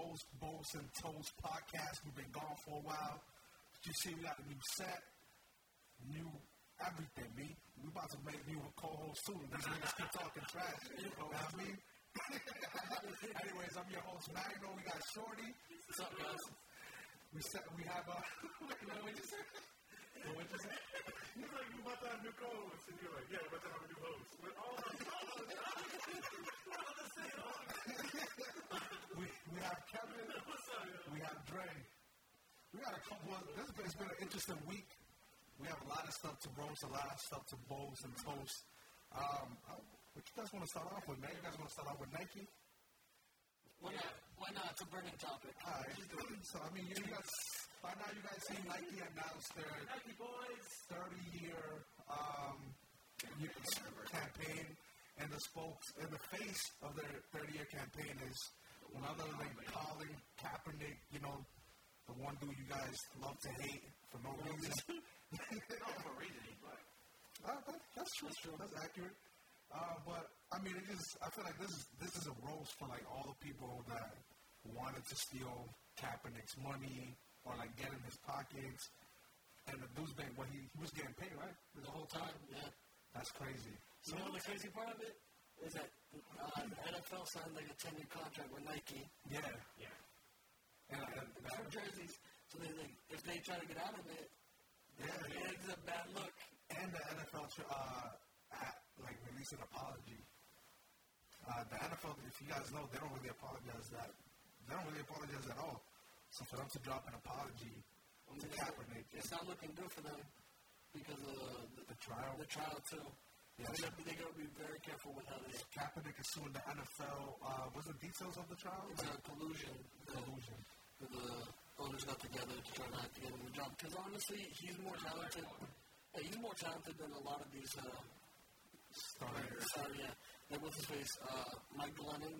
Bumps and Toes podcast. We've been gone for a while. You see, we got a new set, new everything, B. We about to make you a co-host soon. These niggas keep talking trash. You know what I mean? Anyways, I'm your host, Magno. We got Shorty. What's up, guys? We set, we have a. Wait, what did you say? What did you say? He's like, you about to have new co-hosts. And you're like, yeah, we're about to have a new host. We're all like, We, we have Kevin. We have Dre. We got a couple of. This has been, it's been an interesting week. We have a lot of stuff to roast, a lot of stuff to bowls and toast. Um, I- what you guys want to start off with, man? You guys want to start off with Nike? Why not? Why not? It's a burning topic. All right. So, I mean, you guys, by now you guys see Nike announced their Nike boys. 30-year um, you know, campaign, and the spokes and the face of their 30-year campaign is another like Colin Kaepernick, you know, the one dude you guys love to hate for no reason. No, for a reason. He's black. Uh, that, that's true. That's, accurate. Uh, but I mean, it is. I feel like this is this is a roast for like all the people that wanted to steal Kaepernick's money or like get in his pockets. And the dude's been well, he, he was getting paid, right? The whole time, yeah. That's crazy. You know the crazy part of it is that uh, the NFL signed like a 10-year contract with Nike Yeah. Yeah. And, and that, for jerseys. So they think if they try to get out of it, yeah. it ends up bad look. And the NFL should, uh, ha- like release an apology. Uh, the NFL, if you guys know, they don't really apologize that. They don't really apologize at all. So for them to drop an apology to Kaepernick, It's not looking good for them because of the, the trial, the trial too. Yeah. So they're going to be very careful with how they Kaepernick is suing the NFL. Uh, what's the details of the trial? it's a collusion. that Collusion. the owners got together to try not to get him the job. Because honestly, he's more talented. Yeah, he's more talented than a lot of these. Uh, Started. sorry, yeah. Like what's his face? Uh, Mike Glennon.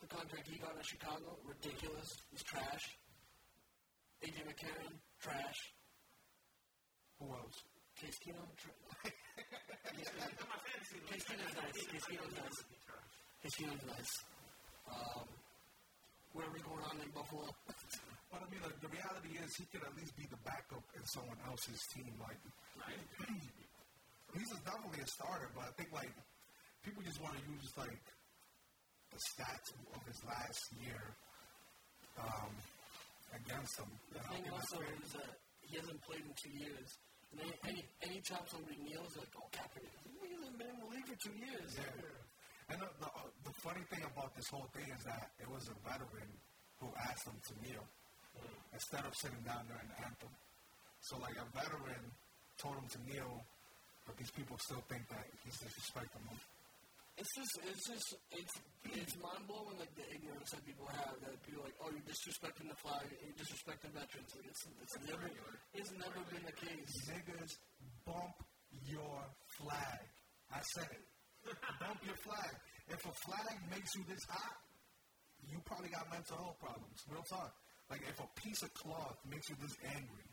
The contract he got in Chicago, ridiculous. He's trash. AJ McCarron, trash. Who else? Case Keenum, trash. That's my fantasy league. Case Keenum's nice. Case Keenum's nice. Case Keenum's nice. Um, whatever going on in Buffalo. But I mean, like, the reality is he could at least be the backup in someone else's team. Like, he's a- definitely a starter, but I think like people just want to use like the stats of his last year um, against him. And I don't thing think that's also fair. is that he hasn't played in two years. And any, any, any time somebody kneels, like, oh, Kaepernick, he hasn't been in the league for two years. Yeah. And the, the, uh, the funny thing about this whole thing is that it was a veteran who asked him to kneel instead of sitting down during the anthem. So, like, a veteran told him to kneel, but these people still think that he's disrespecting them. It's just, it's just, it's, it's mind blowing, like, the ignorance that people have. That people are like, oh, you're disrespecting the flag, you're disrespecting veterans. Like, it's, it's, never, it's never been the case. Niggas, bump your flag. I said it. bump your flag. If a flag makes you this hot, you probably got mental health problems. Real talk. Like, if a piece of cloth makes you this angry,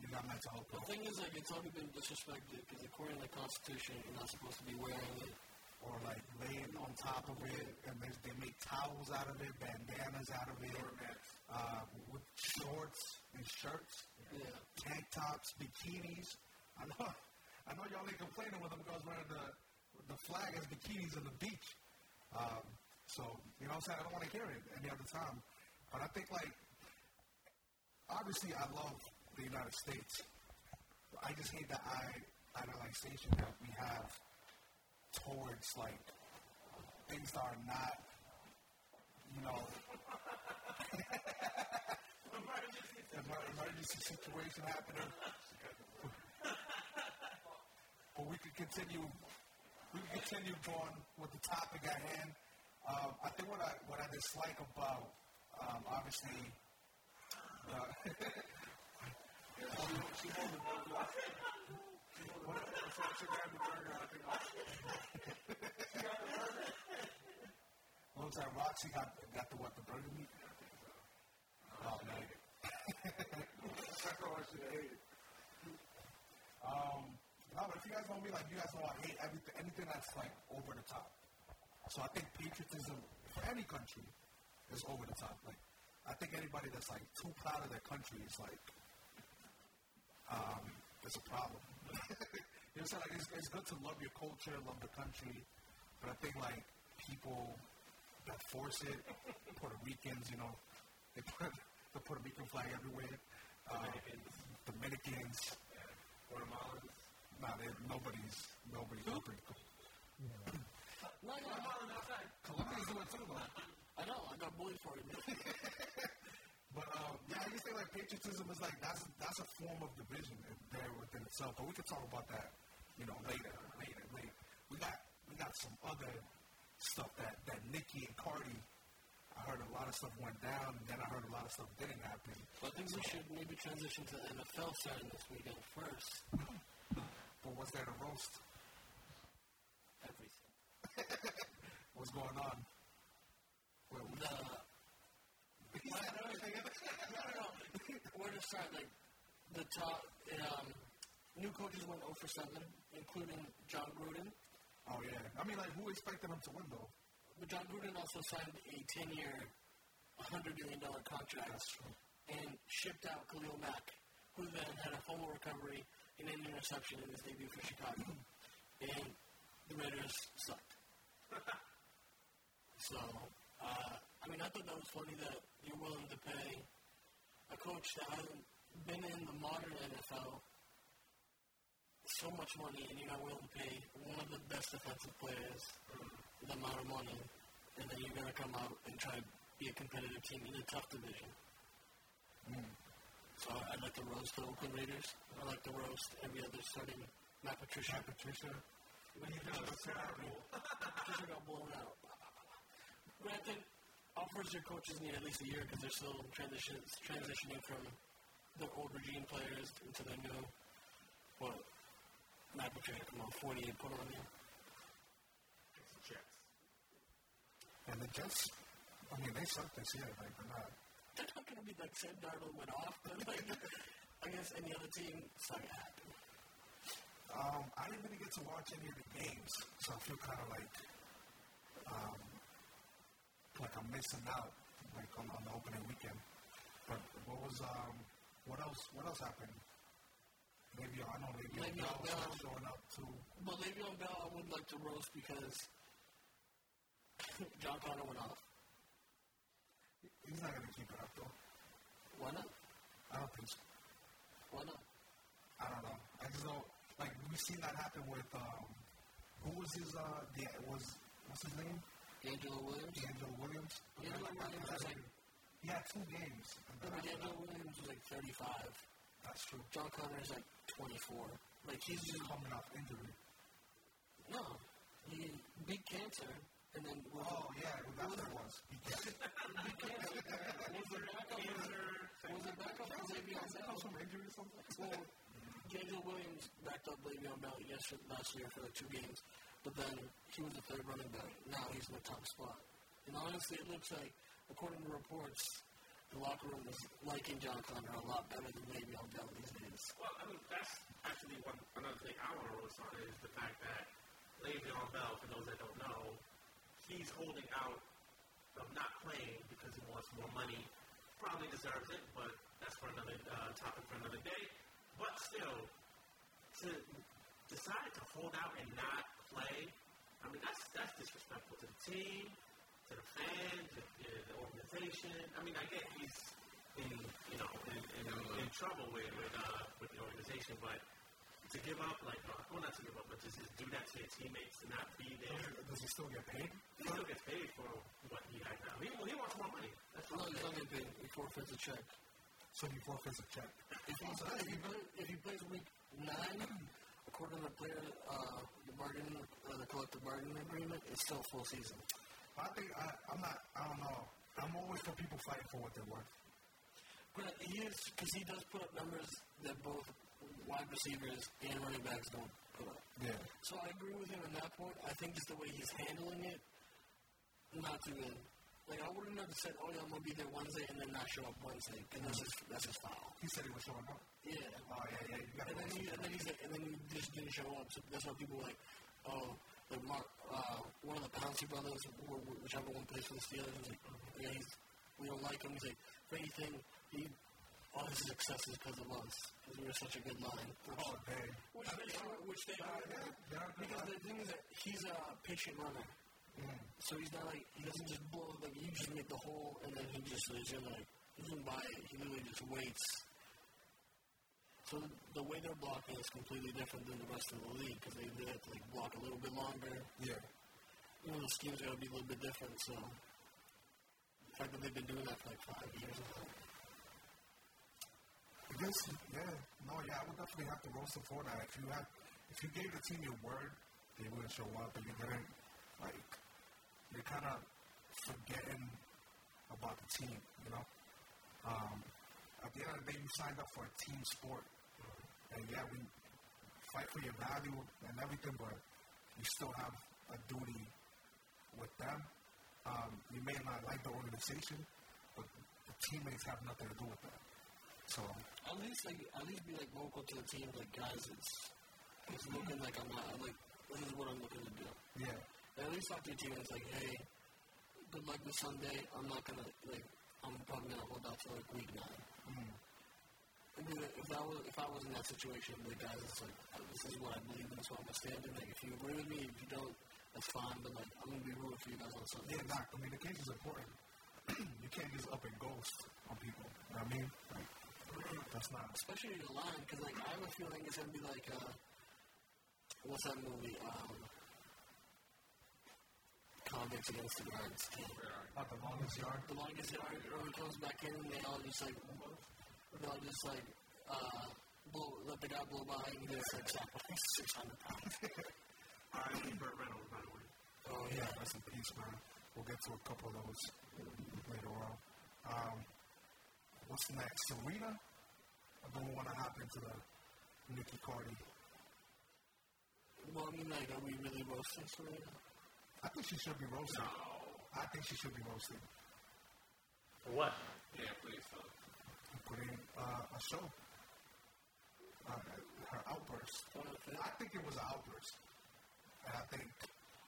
you got mental health The problems. thing is, like, it's already been disrespected because according to the Constitution, you're not supposed to be wearing it. or like laying on top of it, and they, they make towels out of it, bandanas out of it, uh, with shorts and shirts, Yeah. tank tops, bikinis. I know, I know y'all ain't complaining when them girls wearing the the flag as bikinis on the beach. Um, so you know what I'm saying? I don't want to hear it any other time, but I think like obviously I love the United States. I just hate the eye idolization that we have towards like things that are not, you know, emer- emergency situation happening. but we could continue. We could continue going with the topic at hand. Um, I think what I what I dislike about um, obviously uh, looks like Roxy got got the what the burger meat. Oh man. No, but if you guys know me, like you guys know I hate everything, anything that's like over the top. So I think patriotism for any country is over the top. Like I think anybody that's like too proud of their country is like, um, it's a problem. you know, so like it's, it's good to love your culture, love the country, but I think like people that force it, Puerto Ricans, you know, they put the Puerto Rican flag everywhere. Uh, Dominicans, Dominicans, Guatemalans. Nah, they, nobody's nobody's Puerto Rican. No, no, Colombians do it too, though. I know. I got bullied for it. man. But um, yeah, I just think like patriotism is like that's that's a form of division in- there within itself. But we could talk about that, you know, later, later, later. We got we got some other stuff that that Nicki and Cardi. I heard a lot of stuff went down, and then I heard a lot of stuff didn't happen. But I think we should maybe transition to the NFL side this weekend first. But was there to roast? Everything. What's going on? Where we The no, no, no. We're just trying like the top. Um, new coaches went 0 for 7, including John Gruden. Oh yeah, I mean like who expected them to win though? But John Gruden also signed a 10-year, $100 million contract and shipped out Khalil Mack, who then had a fumble recovery and an interception in his debut for Chicago. and the Raiders sucked. so, uh, I mean, I thought that was funny that you're willing to pay a coach that hasn't been in the modern NFL so much money and you're not willing to pay one of the best defensive players the amount of money, and then you're going to come out and try to be a competitive team in a tough division. Hmm. So I- I'd like to roast the Oakland Raiders. I'd like to roast every other starting Matt Patricia. Matt Patricia. When he does, terrible. Patricia got blown out. Granted, all first year coaches need at least a year because they're still transitions, transitioning from their old regime players into their new. But Matt Patricia come on 48, put on him. Jets. And the Jets, I mean they sucked this year. Like they're not. They're not going to be like Sam Darnold went off, but like against any other team, it's not going to happen. Um, I didn't really get to watch any of the games, so I feel kind of like um, like I'm missing out, like on, on the opening weekend. But what was um, what else? What else happened? Maybe I know maybe Maybe Bell Bell. started showing up too. But Le'Veon Bell, I would like to roast because John Connor went off. He's not gonna keep it up though. Why not? I don't think. So. Why not? I don't know. I just don't like we've seen that happen with um, who was his uh the was what's his name? D'Angelo Williams. D'Angelo Williams. D'Angelo Williams was like, He had two games. and remember that- D'Angelo Williams was like 35. That's true. John Connor is like 24. Like he's He's just coming off injury. no. He beat cancer and then was Oh yeah, that's what it was. was the backup was the backup for Le'Veon Bell. Some injury or something. Well, D'Angelo Williams backed up Le'Veon Bell yesterday last year for like two games, but then he was the third running back. Now he's in the top spot. And honestly, it looks like, according to reports, the locker room is liking John Connor a lot better than Le'Veon Bell these days. Well, I mean, that's actually one another thing I want to roast on is the fact that Le'Veon Bell, for those that don't know, he's holding out of not playing because he wants more money. Probably deserves it, but that's for another uh, topic for another day. But still, to decide to hold out and not play, I mean, that's that's disrespectful to the team, to the fans, to the, the organization. I mean, I get he's in you know in, in, in trouble with with, uh, with the organization, but to give up like uh, well not to give up, but just, just do that to your teammates to not be there. Does he still get paid? He still gets paid for what he has now. He, he wants more money. That's No, all. he's not getting paid. He forfeits a check. So he forfeits a check. If he, play, if, he play, if he plays week nine, according to the player, uh, the bargain, uh, the collective bargaining agreement, it's still full season. But I think I, I'm not. I don't know. I'm always for people fighting for what they're worth. But he is because he does put up numbers that both wide receivers and running backs don't put up. Yeah. So I agree with him on that point. I think just the way he's handling it, not too good. Like I wouldn't have said, "Oh yeah, I'm gonna be there Wednesday," and then not show up Wednesday, and that's just that's just foul. He said he was showing up. Yeah. Oh yeah, yeah. You got And then to he, and then he's like, and then he just didn't show up. So that's why people were like, oh, like Mark, uh, one of the Pouncey brothers, wh- wh- whichever one plays for the Steelers, was like, yeah, he's We don't like him. He's like, if anything, he, all his success is because of us. Because we were such a good line. Which, Oh, dang. which they are. Which they are. They are good Because the thing is that he's a patient runner. So he's not like, he doesn't just blow, like, you just make the hole, and then he just is in like, he doesn't buy it. He literally just waits. So the way they're blocking is completely different than the rest of the league because they, they have to like block a little bit longer. Yeah. You know, the schemes are going to be a little bit different, so the fact that they've been doing that for like five years. is like, I guess, yeah. No, yeah, I would definitely have to go support that. If you had, if you gave the team your word, they wouldn't show up, and you didn't, like, you're kind of forgetting about the team, you know? Um, at the end of the day, you signed up for a team sport. And yeah, we fight for your value and everything, but you still have a duty with them. Um, you may not like the organization, but the teammates have nothing to do with that. So At least like at least be like vocal to the team, like guys, it's it's looking like I'm not like this is what I'm looking to do. Yeah, And at least talk to your teammates like, hey, good luck this Sunday. I'm not gonna like I'm probably gonna hold out till like week nine. I mean, if I was if I was in that situation, the guys it's like oh, this is what I believe in, this is what I'm gonna stand in. Like if you agree with me, if you don't, that's fine. But like I'm gonna be rooting for you guys on Sunday. yeah, nah, communication is important. you can't just up and ghost on people. You know what I mean? Like, that's not. especially the line, because like I have a feeling it's gonna be like uh, what's that movie? Um, Convicts Against the Guards. Not the longest yard. The longest yard, or it comes back in, and they all just like they all just like uh, blow, let the guy blow by, and he just like sacrifice six hundred pounds. R.I.P. Burt Reynolds, by the way. Oh yeah, that's a piece, man. We'll get to a couple of those later on. Um, what's next? Serena? I don't want to hop into the Nikki Cardi. Well, I mean, like, are we really roasting Serena? I think she should be roasted. I think she should be roasted. What? Yeah, please. Uh, Put in uh, a show. Uh, her outburst. I don't know. I think it was an outburst. And I think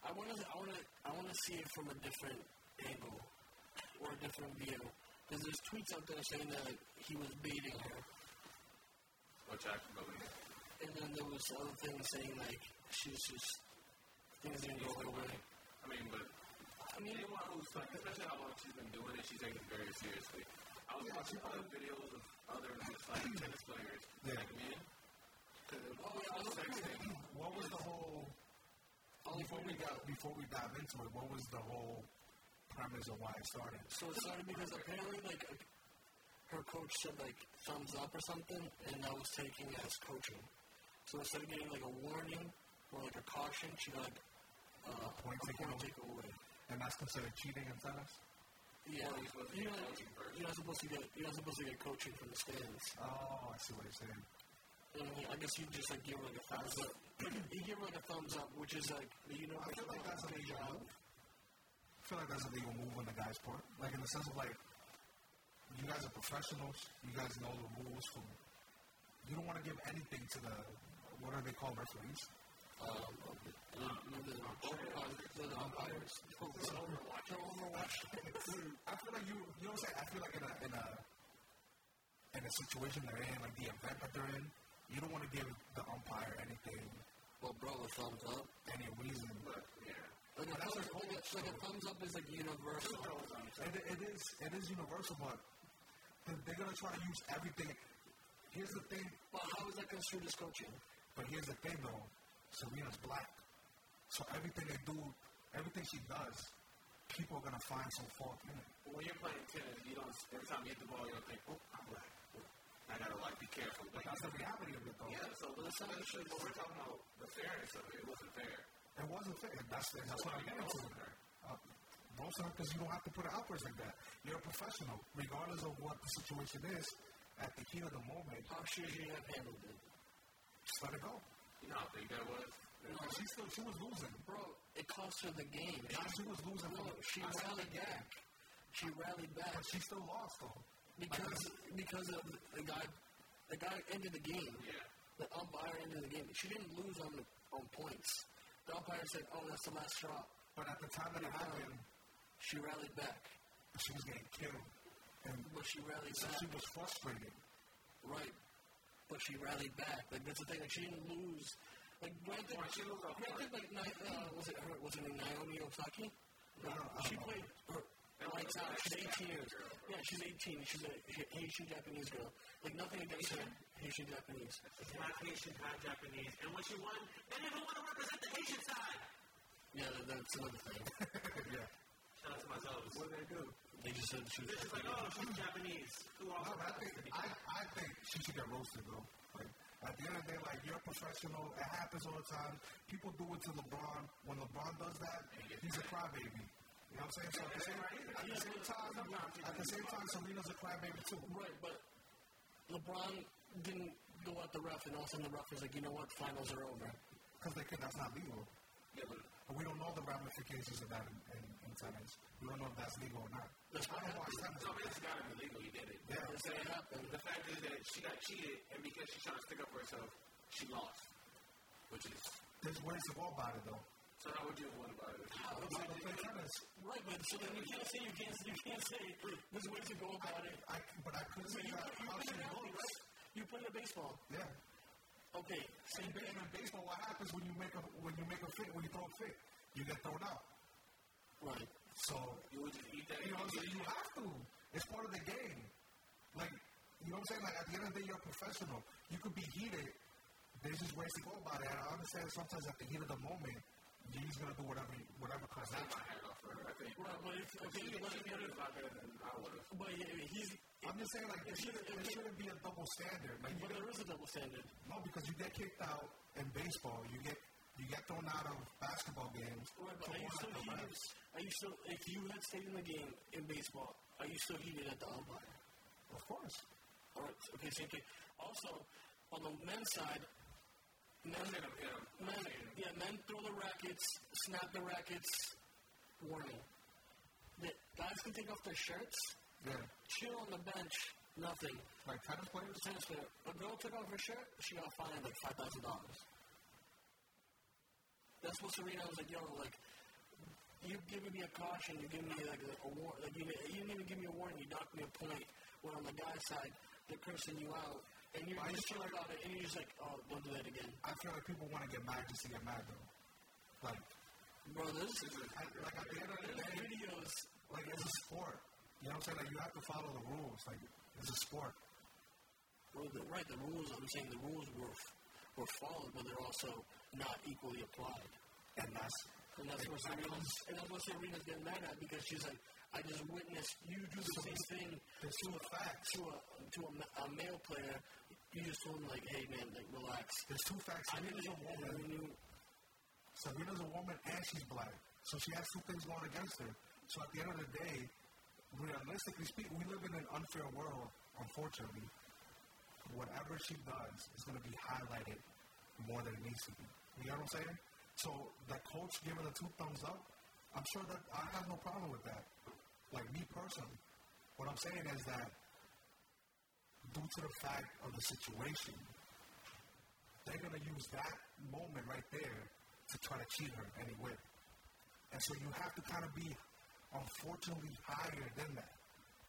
I want to, I want to, I want to see it from a different angle or a different view. Because there's tweets out there saying that like, he was beating her, which I can believe. and then there was other things saying like she's just things didn't go her way. I mean, but I mean, anyone who's like, especially how long she's been doing it, she takes it very seriously. I was watching other videos of other just like tennis players, Yeah. like men. Oh yeah, I was like, what was the whole before we got before we dive into it, what was the whole premise of why it started? so it started because apparently like her coach said like thumbs up or something, and that was taken as coaching. So instead of getting like a warning or like a caution, she got like, uh, a Point point taken away. taken away. And that's considered cheating in tennis? Yeah, you're not, you're not supposed to get you're not supposed to get coaching from the stands. Oh, I see what you're saying. And I guess you just like give her like a thumbs up. you give her like a thumbs up, which is like you know I feel like that's a big legal move. I feel like that's a legal move on the guy's part. Like in the sense of like you guys are professionals, you guys know the rules from you don't want to give anything to the what are they called referees? umpires. Overwatch. Overwatch. I feel like you, you know what I'm saying? I feel like in a, in a, in a situation they're in, like the event that they're in, you don't want to give the umpire anything, Well, bro, a thumbs up. any reason. Like a, thumbs, like, a, like a thumbs up is like universal. It, it is, it is universal, but they're- they're gonna try to use everything. Here's the thing, But how is that construed as coaching? but here's the thing though, Serena's black, so everything they do, everything she does, people are gonna find some fault in it. When you're playing tennis, you don't. Every time you hit the ball, you'll think, "Oh, I'm black. I gotta like be careful." Like, That's the reality of it though. yeah. So let's not actually. But we're talking about the fairness of it. It wasn't fair. It wasn't fair. That's, that's what I'm getting to. Uh, Most of because you don't have to put an outburst like that. You're a professional, regardless of what the situation is. At the heat of the moment, How should you have handled it? just let it go. You know how big that was. Like, she still, she was losing. Bro, it cost her the game. Nah, she was losing. No, she rallied back. She rallied back But she still lost though. because because of the guy. The guy ended the game. Yeah. The umpire ended the game. She didn't lose on the, on points. The umpire said, "Oh, that's the last drop." But at the time that it happened, She rallied back. she was getting killed. and But she rallied so back. she was frustrated. Right. But she rallied back. Like that's the thing. Like she didn't lose. Like granted, she was granted, like Ni- uh, was it her? Was it Naomi Osaki? No, she played her lights out. She's 18 years. Yeah, she's 18. She's a she- Haitian Japanese girl. Like nothing against her. Haitian Japanese. Not Haitian, not Japanese. And when she won, they didn't even want to represent the Haitian side. Yeah, that, that's another thing. yeah. Shout out to my Zoes. What did they do? They just said she was. It's like, oh, she's Japanese. Who No, also but I think I, I think she should get roasted though. Like at the end of the day, like you're a professional. It happens all the time. People do it to LeBron. When LeBron does that, he's a crybaby. You know what I'm saying? So at the same, at the same time, at the same time, Selena's a crybaby too. Right, but LeBron didn't go at the ref, and all of a sudden the ref was like, you know what, finals are over. Because they could. That's not legal. Yeah, but But we don't know the ramifications of that in, in, in tennis. We don't know if that's legal or not. That's I don't watch tennis. no, it's gotta be legal. He did it. Yeah. That's what happened. The fact is that she got cheated, and because she's trying to stick up for herself, she lost. Which is There's ways to go about it though. so. How would you have won about it? That's how they play tennis. Right, but so then you can't say you can't you can't say there's ways to go about it. I, but I could So say you that put, you how put she it out, looks. right? You put it in baseball. Yeah. Okay, In, same ba- thing. in baseball, what happens when you make a when you make a fit when you throw a fit, you get thrown out. Right. So You would just eat that. you know, what I'm saying? you have to. It's part of the game. Like you know what I'm saying. Like at the end of the day, you're a professional. You could be heated. There's just ways to go about it. And I understand sometimes at the heat of the moment, you're just gonna do whatever you- whatever comes out. Right, but if, okay, but, if- but, if- but he- he's I'm just saying like it shouldn't it shouldn't be a double standard. Like you but there is a double standard. no, because you get kicked out in baseball, you get you get thrown out of basketball games. Right, but So are you why still the heated? refs? Are you still if you had stayed in the game in baseball, are you still heated at the umpire? Of course. All right. Okay, same thing. Also, on the men's side, men, men, yeah, men throw the rackets, snap the rackets, warning. The guys can take off their shirts, Yeah. chill on the bench, nothing. Like tennis players? Tennis player, a girl took off her shirt, she got fined like five thousand dollars. That's what Serena was like, yo, like you giving me a caution, you giving me like a, a warning, like you, didn't- you didn't even give me a warning, you knocked me a point. Where on the guy's side, they're cursing you out, and you're Why just is chill about it, and you're just like, oh, don't do that again, I feel like people want to get mad just to get mad though. Like, bro. This is I, like at the end of the there's day, videos. like it's a sport. You know what I'm saying? Like you have to follow the rules. Like it's a sport. Well, the, right, the rules. I'm saying the rules were were followed, but they're also not equally applied. And that's And that's what Serena's, and that's what Serena's getting mad at because she's like, I just witnessed you do the same thing to a fact to a to a, ma- a male player. You just told him like, hey man, like relax. there's two facts. I didn't Serena's a know woman. I knew. Serena's a woman and she's black. So she has two things going against her. So at the end of the day, realistically speaking, we live in an unfair world, unfortunately. Whatever she does is going to be highlighted more than it needs to be. You know what I'm saying? So the coach giving the two thumbs up, I'm sure that I have no problem with that. Like me personally. What I'm saying is that due to the fact of the situation, they're gonna use that moment right there to try to cheat her anyway. And so you have to kind of be, unfortunately, higher than that.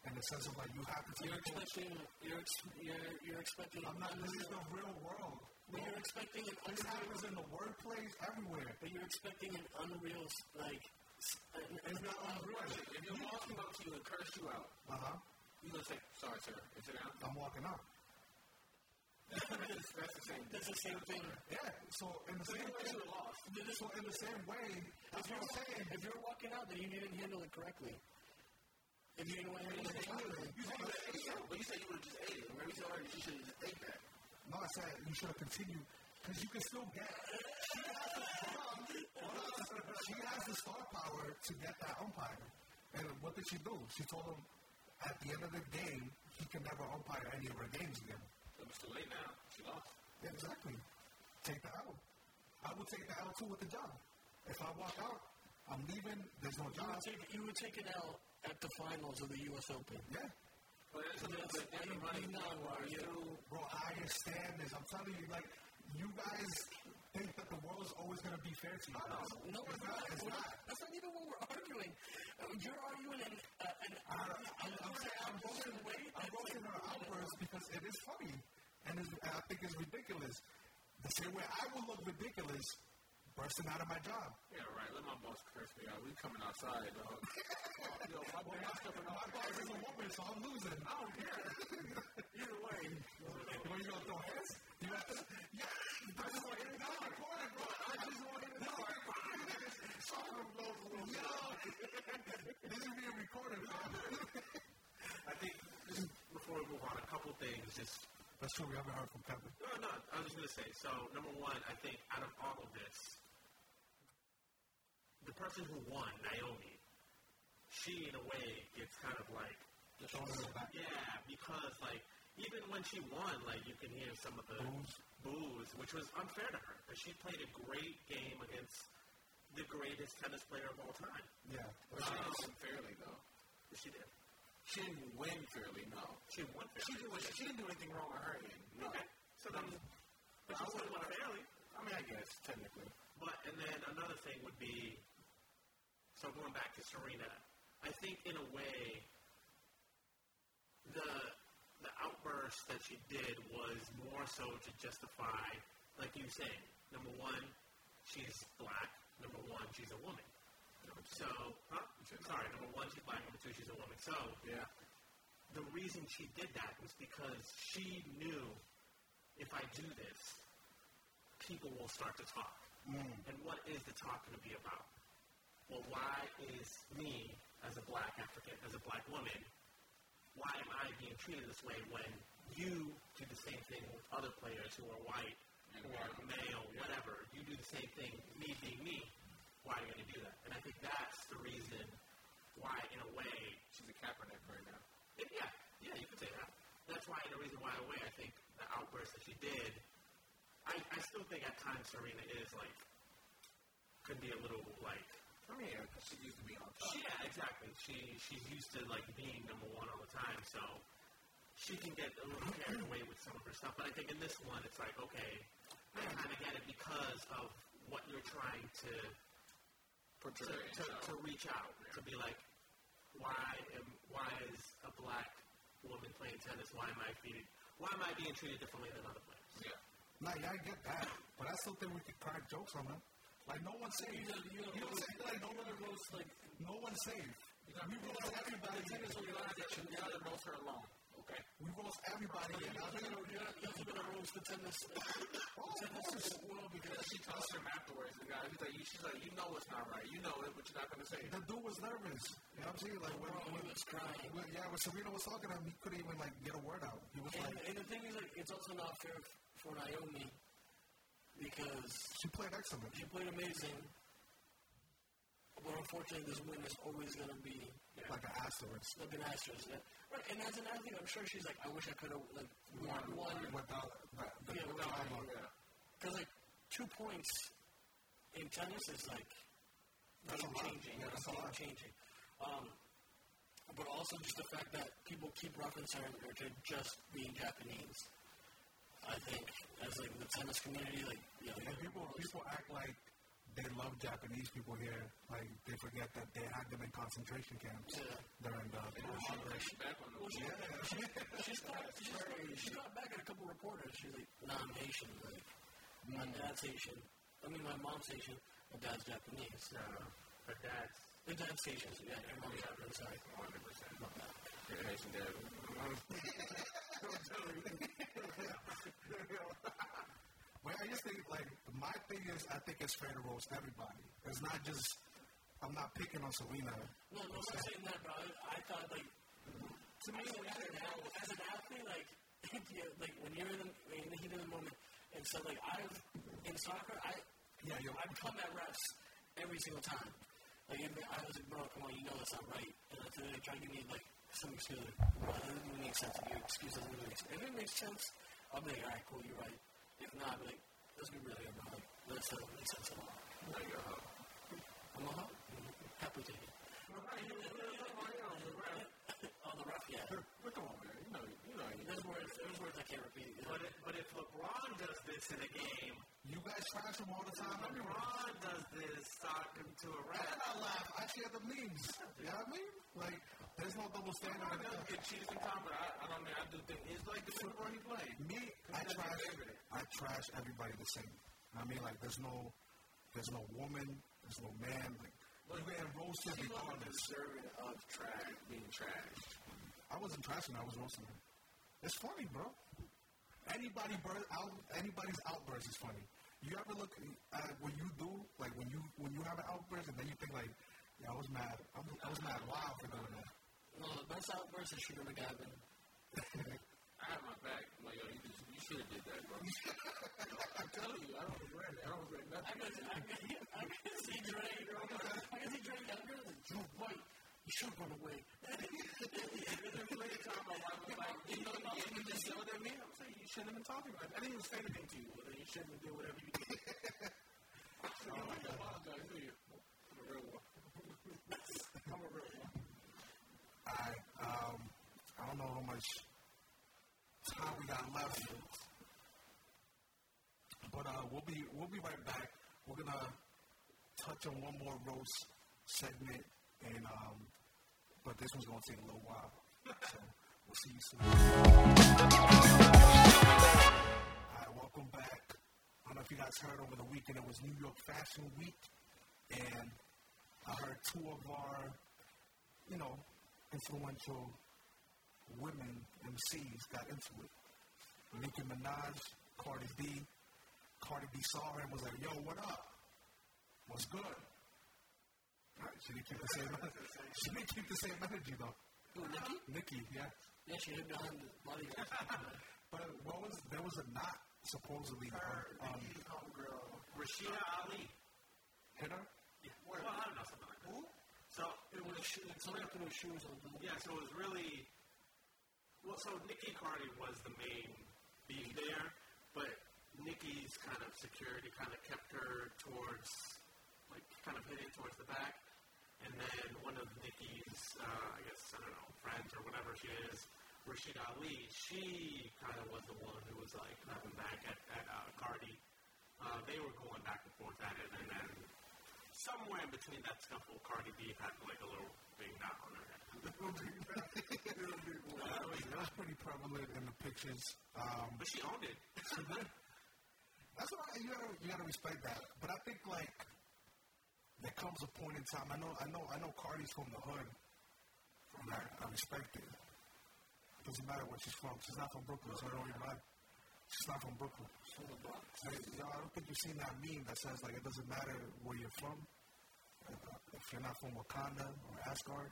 In the sense of like you have to take. You're a coach. expecting you're ex, you're you're expecting. I'm not. This is the real world. But you're expecting an This unreal. happens in the workplace everywhere. But you're expecting an unreal like. s- an- It's not unreal. If your boss came up to you and cursed you out, Uh huh. you gonna say, "Sorry, sir," and sit down. I'm walking out. That's the same. That's the same thing. Yeah. So in the same way, so in the same way, if If you're you're, saying if you're walking out, then you didn't handle it correctly. If you didn't handle it correctly, You said you would've ate it, but you said you would have just ate it. Remember, you said earlier you should have just ate that. No, I said you should have continued because you can still get. She has, the, hold on, hold on. she has the star power to get that umpire. And what did she do? She told him at the end of the game he can never umpire any of her games again. It was too late now. She lost. Yeah, exactly. Take the L. I would take the L too with the job. If I walk out, I'm leaving. There's no you job. would take you would take it out at the finals of the U.S. Open. Yeah. But that's a little bit. And you running down while you Bro, I understand this. I'm telling you, like, you guys think that the world is always going to be fair to you. No, it's not. It's not. That's not even what we're arguing. Uh, You're arguing an, uh, an I'm, I'm saying I'm voting, I'm voting on outbursts because it is funny, and, it's, and I think it's ridiculous. The same way I would look ridiculous bursting out of my job. Yeah, right. Let my boss curse me out. We coming outside, dog. Yo, my boss coming My out. boss is a woman, so I'm losing. I don't care. Either way, What you gonna throw hands? You have to. Yeah, I just want to hear that recording, bro. I just want to hear that recording. Sorry, bro. Yo, this is being recorded, bro. I think just before we move on, a couple things. Just That's true. We haven't heard from Kevin. no, no. I was just gonna say. So number one, I think out of all of this, the person who won, Naomi, she in a way gets kind of like Just showing us back. yeah, because like even when she won, like you can hear some of the boos, which was unfair to her because she played a great game against the greatest tennis player of all time. Yeah. but she didn't win fairly though. She did. She didn't win fairly. No, She won she fairly. didn't. win- She didn't do anything wrong on her end. No. Okay. So then, but she still won fairly. I mean, I guess technically. But and then another thing would be, so going back to Serena, I think in a way, the the outburst that she did was more so to justify, like you say, number one, she's black. Number one, she's a woman. So, huh? sorry, number one, she's black. Number two, she's a woman. So, Yeah. the reason she did that was because she knew if I do this, people will start to talk. And what is the talk going to be about? Well, why is me as a black African, as a black woman, why am I being treated this way when you do the same thing with other players who are white or male, whatever? You do the same thing, me being me. Why are you going to do that? And I think that's the reason why, in a way, She's a Kaepernick right now. and yeah, yeah, you could say that. That's why the reason why away, I think the outburst that she did, I, I still think at times Serena is like could be a little like I mean, yeah, 'cause she used to be on top. she, yeah, exactly. She she's used to like being number one all the time, so she can get a little carried away with some of her stuff. But I think in this one, it's like okay, I kind of get it because of what you're trying to to, Portraying. to, to reach out to be like, why am why is a black woman playing tennis? Why am I treated? Why am I being treated differently than other players? Yeah. Nah, yeah, I get that, but I still think we could crack jokes on them. Like no one's safe. You you know what I'm saying? Like no one goes like no one's safe. We roast everybody. You gotta let- you gotta roast her alone. Okay. We roast everybody. And I think You're not you're not gonna roast the tennis. tennis is well because She tells him afterwards, the guy, he's like, you, she's like, you know it's not right. You know it, but you're not gonna say it. the dude was nervous. You know what I'm saying? Like when, when, when yeah, when Serena was talking to him, he couldn't even like get a word out. He was and, like, and the thing is like it's also not fair for Naomi because she played excellent. she played amazing. But unfortunately, this win is always gonna be Like an asterisk. like an asterisk. yeah. Right, and as an athlete, I'm sure she's like, I wish I could have like won one Without that, the Yeah, without drama. any- Because like two points in tennis is like game changing, Yeah, that's a game lot. changing. Um, but also just the fact that people keep referencing her to just being Japanese. I think as like the tennis community, like you know, And people people act like they love Japanese people here. Like they forget that they had them in concentration camps Yeah. during the Like, she's back on the well, she, yeah. she, she's got, she's, she got back at a couple reporters. She's like, nah, I'm Haitian. Like, my dad's Haitian. I mean, my mom's Haitian. My dad's Japanese. But that's Your dad's Haitian, so yeah, your mom's Japanese. Sorry. 100%. My bad. Your Haitian dad. Well, I just think like my thing is I think it's fair to roast everybody. It's not just I'm not picking on Serena. No, no, I'm not saying that, but I, I thought like to me when you're an athlete, as an athlete, like yeah, like when you're in the, in the heat of the moment, and so like I've in soccer, I Yeah, you're- I've come at refs every single time. Like if I was like, bro, come on, you know that's not right, and so they try to give me like some excuse. Like, well, that doesn't even make sense. If your excuse doesn't really make sense, if it makes sense, I'll be like, all right, cool, you're right. If not, I'll be like let's be really about it. This doesn't make sense at all. Like, uh, I'm a hot. Happy to you. On the rough, yeah. but come on, man. You know, you know. you- There's words, there's words I can't repeat. but if, but if LeBron does this in a game, You guys trash him all the time. I mean, LeBron does this sock him to a I rat. not laugh. I see the memes. You know what I mean? Like, there's no double standard. LeBron in does that. get cheated sometimes, but I, I don't mean I do think it's like the LeBron he played. Me, I trash. I trash everybody the same. I mean, like, there's no, there's no woman, there's no man. Like, you getting roasted He's not a regardless. deserving of trash being trash. I wasn't trashing. I was roasting him. It's funny, bro. Anybody bur- out, anybody's outburst is funny. You ever look at what you do, like when you when you have an outburst, and then you think like, yeah, I was mad. I was, I was mad wild for doing that. No, the best outburst is Sugar McGavin. I have my back. I'm like, yo, you, just, you should have did that, bro. I'm telling you, I don't regret it. I don't regret I nothing. can, I can, I can see Drake. I can see Drake younger than you, white. You should have run away. Every time my wife was like, you know, you gave me this the other man. I'm saying, you shouldn't have been talking about it. I didn't even say anything to you. Well, then you shouldn't have done whatever you did. I'm like, I apologize to you. I'm a real one. I'm a real one. I um, I don't know how much time we got left, but uh, we'll be we'll be right back. We're gonna touch on one more roast segment, and um, but this one's gonna take a little while. So we'll see you soon. All right, welcome back. I don't know if you guys heard over the weekend. It was New York Fashion Week, and I heard two of our you know, influential women MCs got into it. Nicki Minaj, Cardi B. Cardi B saw her and was like, yo, what up? What's good? Right, she didn't keep the same She didn't keep the same energy, though. Who, Nikki? Nicki, yeah. Yeah, she hid behind the body. But what was, there was a knot, supposedly, on, on Rashida Ali. hit her? Well, I don't know something like that. So it was Somebody put her shoes on. didn't they? yeah. So it was really well. So Nikki Cardi was the main beef there, but Nikki's kind of security kind of kept her towards like kind of hitting towards the back, and then one of Nikki's uh, I guess I don't know friends or whatever she is. Rashida Ali, she kind of was the one who was like clapping back at, at uh, Cardi. Uh, they were going back and forth at it, and then somewhere in between that scuffle, Cardi B had like a little big knot on her head. That was pretty prevalent in the pictures. Um, But she owned it. That's what I, you gotta you gotta respect that. But I think like there comes a point in time. I know I know I know Cardi's from the hood. From there, I respect it. Doesn't matter where she's from. She's not from Brooklyn, so I don't even mind. She's not from Brooklyn. She's from the Bronx. I, you know, I don't think you've seen that meme that says like it doesn't matter where you're from. Uh, If you're not from Wakanda or Asgard,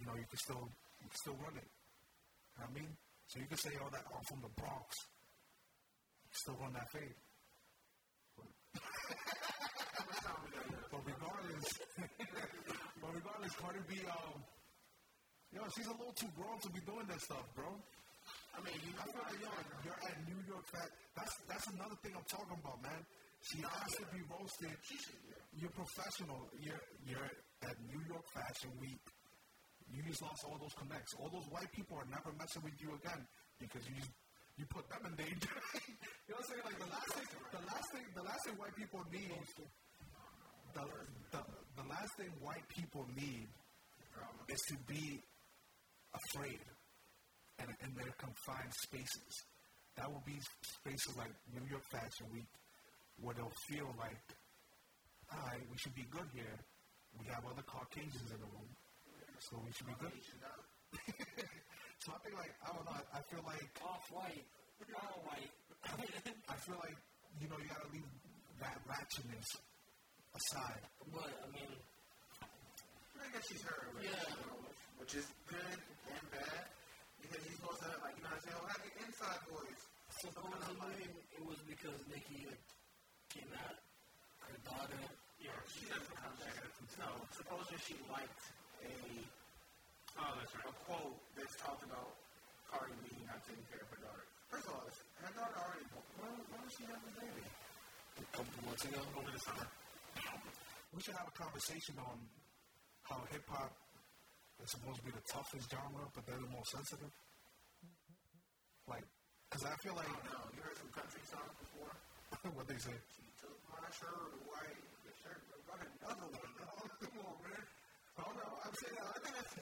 you know you can still you can still run it. You know what I mean, so you can say all that. I'm from the Bronx. You can still run that fade. But regardless, but regardless, Cardi B, um, yo, she's a little too grown to be doing that stuff, bro. I mean, you, I feel like, yo, you're at New York. That, that's that's another thing I'm talking about, man. She has to be roasted. You're professional. You're you're at New York Fashion Week. You just lost all those connects. All those white people are never messing with you again because you just, you put them in danger. you know what I'm saying? Like the last thing, the last thing, the last thing white people need the, the, the last thing white people need is to be afraid and in their confined spaces. That will be spaces like New York Fashion Week where they'll feel like, all right, we should be good here. We have other Caucasians in the room, so we should be good. so I think, like, I don't know, I- I feel like Off white. All white. I feel like, you know, you gotta leave that ratchetness aside. But, I mean, I guess she's her, right? Yeah. Which is good and bad because you're supposed to have, like, you know what I'm saying? Well, have your inside voice. supposedly it was because Nikki had came at her daughter. Yeah, she does some kind of shit. No, supposedly she liked a. Oh, that's right. A quote that's talked about Cardi B not taking care of her daughter. First of all, listen, her daughter already, when, when was she having a baby? A couple months ago. Over the summer. we should have a conversation on how hip hop is supposed to be the toughest genre, but they're the most sensitive. Like, because I feel like Oh, No, you heard some country songs before? what they say? She took my shirt away. The shirt was running another one. dog. Come on, man. I don't know. I'm saying, I think that's.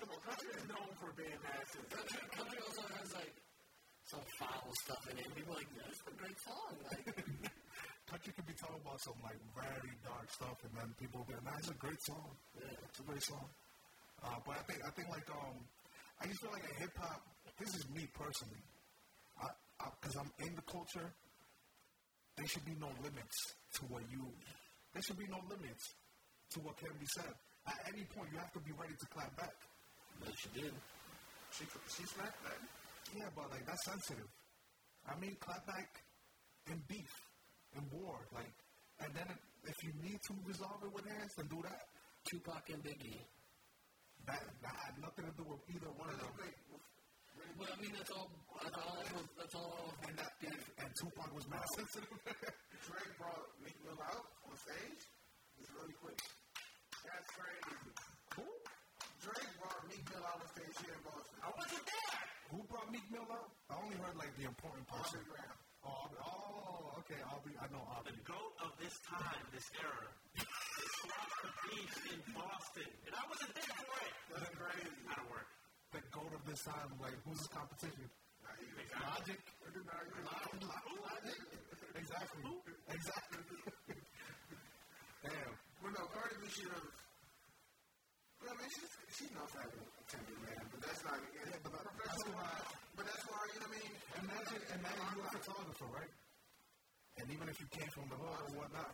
Come on, country is known for being nasty. Country, country also has like some foul stuff in it. People are like, that's a great song. Like, Country can be talking about some like very dark stuff, and then people will be like, "Man, it's a great song. Yeah, it's a great song." Uh, but I think I think like um, I used to feel like a hip hop. This is me personally, because I'm in the culture. There should be no limits to what you. There should be no limits to what can be said. At any point, you have to be ready to clap back. but she did. She, she smacked that. Yeah, but like that's sensitive. I mean, clap back in beef, in war, like, and then if you need to resolve it with hands, then do that. Tupac and Biggie. That, that had nothing to do with either one of them. But I mean, that's all. That's all. That's all. And that and, and Tupac was mad sensitive. Drake brought Meek Mill out on stage. It's really quick. That's crazy. who, Drake brought Meek Mill out on stage here in Boston. I wasn't there. who brought Meek Mill out? I only heard like the important person. Aubrey Graham. Oh, Aubrey- oh, okay, Aubrey. I know The Aubrey. goat of this time, this era, is lost the beach in Boston, and I wasn't there for it. That's crazy. Out of work. The goat of this time. Like, who's his competition? Logic. Logic. Exactly. Exactly. Damn. Well, no, Cardi B should have. Well, I mean, she's, she knows how to attend man, but that's not. Yeah, but, that's why, but that's why, you know what I mean? Imagine, imagine you're a photographer, right? And even if you came from the hood or whatnot,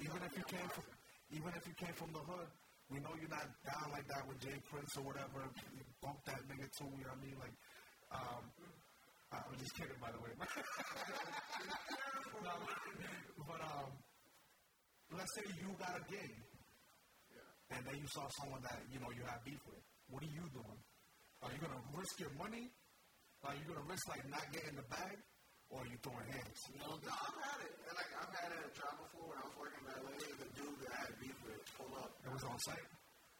even if you came from, even if you came from the hood, we know you're not down like that with Jay Prince or whatever. You bump that nigga too. You know what I mean? Like, um, I was just kidding, by the way. No, but um, let's say you got a gig, and then you saw someone that you know you have beef with. What are you doing? Are you gonna risk your money? Are you gonna risk like not getting the bag, or are you throwing hands? No, I've had it. And, like, I've had it at a job before when I was working at LA. The dude that I had beef with pull up. It was on site.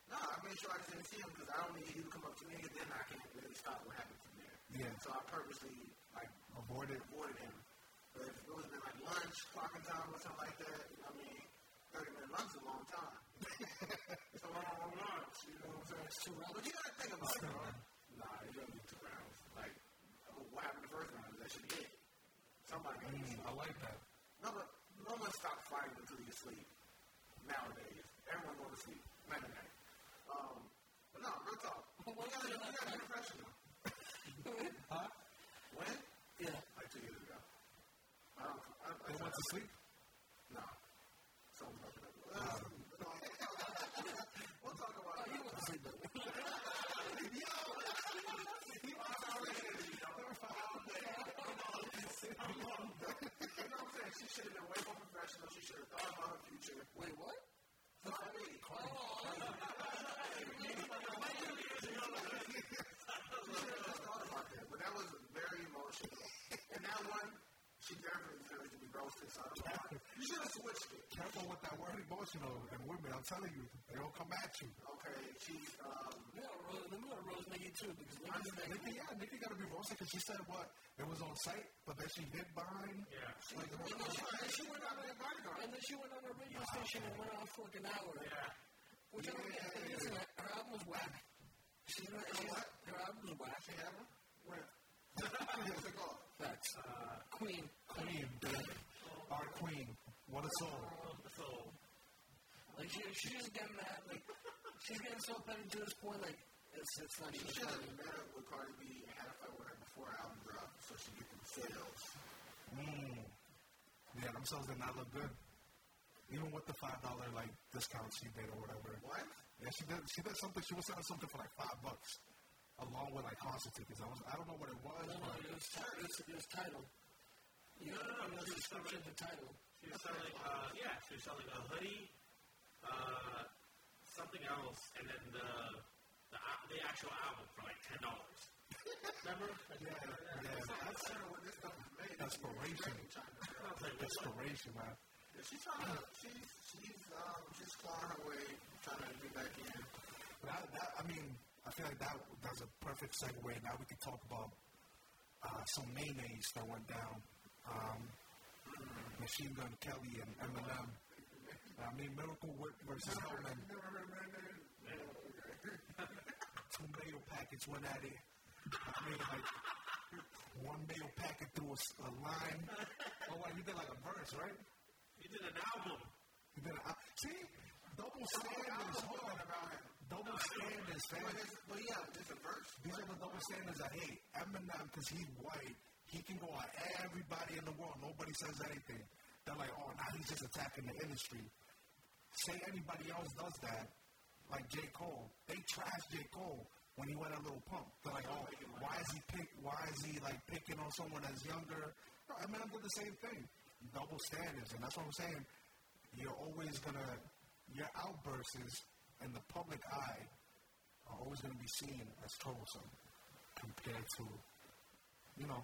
No, I made sure I didn't see him because I don't need you to come up to me and then I can really stop what happened from there. Yeah. So I purposely, like, Avoid it. avoided him. But if it was been like lunch, clocking time, or something like that, you know what I mean? 30 minute lunch is a long time. it's a long, long lunch, you know what I'm saying? It's two rounds. But you gotta think about it, bro. Nah, it doesn't be two rounds. Like, what happened the first round? That should be it. Somebody got to Mm, I like that. No, but no one stops fighting until you sleep. Nowadays, everyone goes to sleep. Night to night. Um, but no, real talk. You gotta, you gotta be professional. Huh? When? Yeah. Like two years ago. I don't. I, I, They went to sleep. No. Someone's up there. Uh, no. we'll talk about it. You went to sleep. though. You know what I'm saying? She should have been way more professional. She should have thought about her future. Wait, what? thought about that, but that was very emotional. And that one, she definitely deserves to be roasted. So I don't know. You should have switched it. Careful with that word emotional and women. I'm telling you, they will come at you. Okay, she's um, We got Rose. Then we got Rose Nigga too because niggas is like, Nikki, yeah, Nikki got to be roasted because she said what it was on site, but then she hid behind. Yeah. Like, she went out there bodyguard. and then she went on a radio station and went on for like an hour. Yeah. Which I don't get. Like, listen, her album was whack. She's not. She's, her album was whack. She had one. Where? What's it called? Facts. Queen. Queen, baby. our queen. What a soul. So, Like she, she just getting mad. Like she's getting so petty to this point. Like it's, it's not even She should have funny. been better with Cardi B and had a fight with her before her album dropped, so she could get sales. Mm. Yeah, themselves did not look good. Even with the five dollar like discount she did or whatever. What? Yeah, she did. She did something. She was selling something for like five bucks, along with like concert tickets. I was. I don't know what it was. No, no, But it was, it was, it was title. You know, no, no, the description of the title. she was selling, uh, yeah, she was selling a hoodie, uh, something else, and then the the, al- the actual album for like ten dollars. Remember? yeah, that's desperation. I was like, what's up? Desperation, man. Yeah, she's trying to. She's she's um she's clawing her way, trying to get back in. That, that, I mean, I feel like that that's a perfect segue. Now we can talk about uh, some mayonnaise that went down. Um, Mm-hmm. Machine Gun Kelly and Eminem. I mean, Miracle Whip versus Hellman. Two mail packets went at it. I mean, like, one mail packet through a, s- a line. Oh, like, he did like a verse, right? You did an album. He did a, I- see? Double standards. Hold on. Double standards, fam. Well, yeah, there's a verse. These are the double standards I hate. Eminem, because he's white, he can go at everybody in the world. Nobody says anything. They're like, oh, now he's just attacking the industry. Say anybody else does that, like J. Cole. They trashed J. Cole when he went a little pump. They're like, oh, why is he pick? Why is he like picking on someone that's younger? No, Eminem did the same thing. Double standards, and that's what I'm saying. You're always gonna your outbursts in the public eye are always going to be seen as troublesome compared to, you know,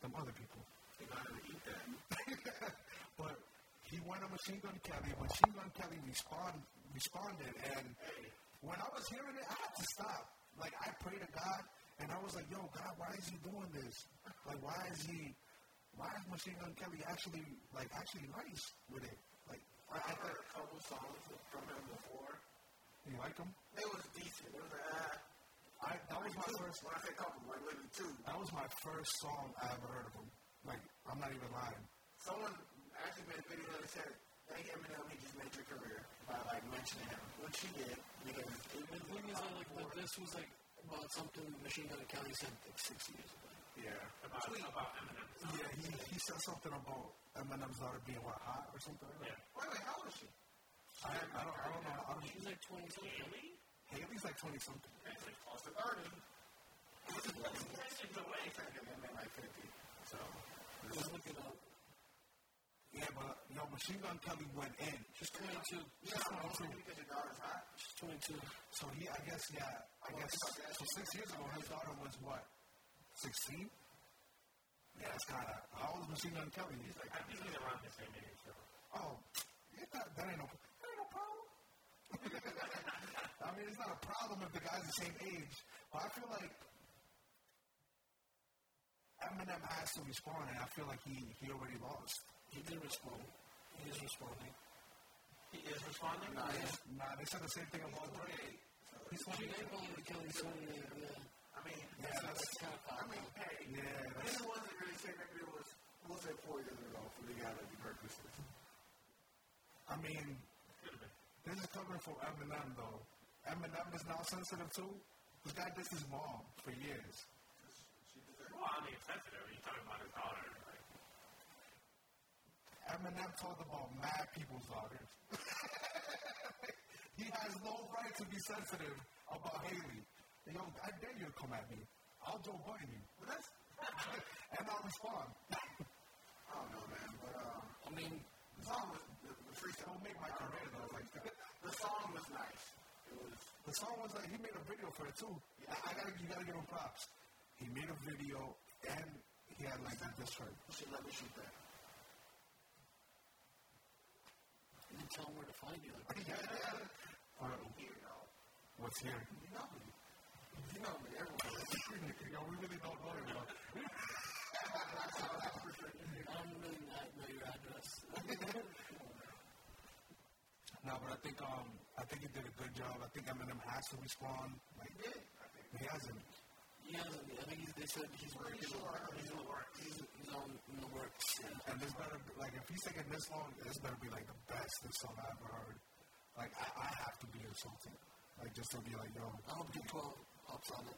them other people. They gotta eat that. But he went on Machine Gun Kelly. Machine Gun Kelly respond, responded, and when I was hearing it, I had to stop. Like I prayed to God, and I was like, "Yo, God, why is he doing this? Like, why is he? Why is Machine Gun Kelly actually like actually nice with it? Like, I, I Heard thought, a couple songs from him before. you like him? It was decent. It was like, ah. I that was my first When I say couple, like maybe two. That was my first song I ever heard of him. Like, I'm not even lying. Someone actually made a video that said, "Thank Eminem, he just made your career by like mentioning him," which he did because it The was thing is, that, like, that this was like about something Machine Gun Kelly said like six years ago. yeah. About, about Eminem. Yeah, he, he said something about Eminem's daughter being what, hot or something like that. Yeah. Wait, wait, how old is she? I, I, don't, I don't know. I don't, She was like 20 something. Haley? Haley's like 20 something. That's like Close to thirty. That's the way. I think Eminem like fifty. So Just look it up. Yeah, but no, Machine Gun Kelly went in. She's 22. yeah, I don't know because your daughter's hot. She's 22. So he, I guess, yeah, I guess. So six years ago, his daughter was what, 16? Yeah, it's kind of. How old is Machine Gun Kelly? He's like, I think he's around the same age, though. oh, it's not, that ain't no, that ain't no problem. I mean, it's not a problem if the guy's the same age, but I feel like Eminem has to respond, and I feel like he, he already lost. He did respond. He is responding. He is responding? No, Nah, they said the same thing about Drake. He's She like, ain't going to Kelly so yeah. I mean, yeah, that's, Kind of I mean, hey, yeah, this that's, is one that really said maybe it was we'll say four years ago for the guy that he purchases. I mean, this is coming from Eminem, though. Eminem is now sensitive, too. This guy dissed his mom for years. Well, I mean, sensitive. You're talking about his daughter. Like, Eminem talked about mad people's daughters. he has no right to be sensitive about Haley. Yo, I dare you to come at me. I'll Joe Button you. But that's and I'll respond. I don't know, man. But um, I mean, the song was the, the freestyle. Don't make my career though. Like, The song was nice. It was. the song was like he made a video for it too. I, I gotta you gotta give him props. He made a video and he had like that diss track. You should let me shoot that. you can tell him where to find you. Like, Here, But dog. what's here? You know me. You know me. Everyone. Yo, we really don't know him. though. I don't really not know your address. No, but I think um I think he did a good job. I think Eminem has to respond. Like he hasn't. He hasn't. I think he's, they said he's working. on- He's in the works. He's, he's on in the works. Yeah. And this better be, like if he's taking this long, this better be like the best this song I ever heard. Like I, I have to be insulted. Like just to be like, yo, I hope you 12 hops on it.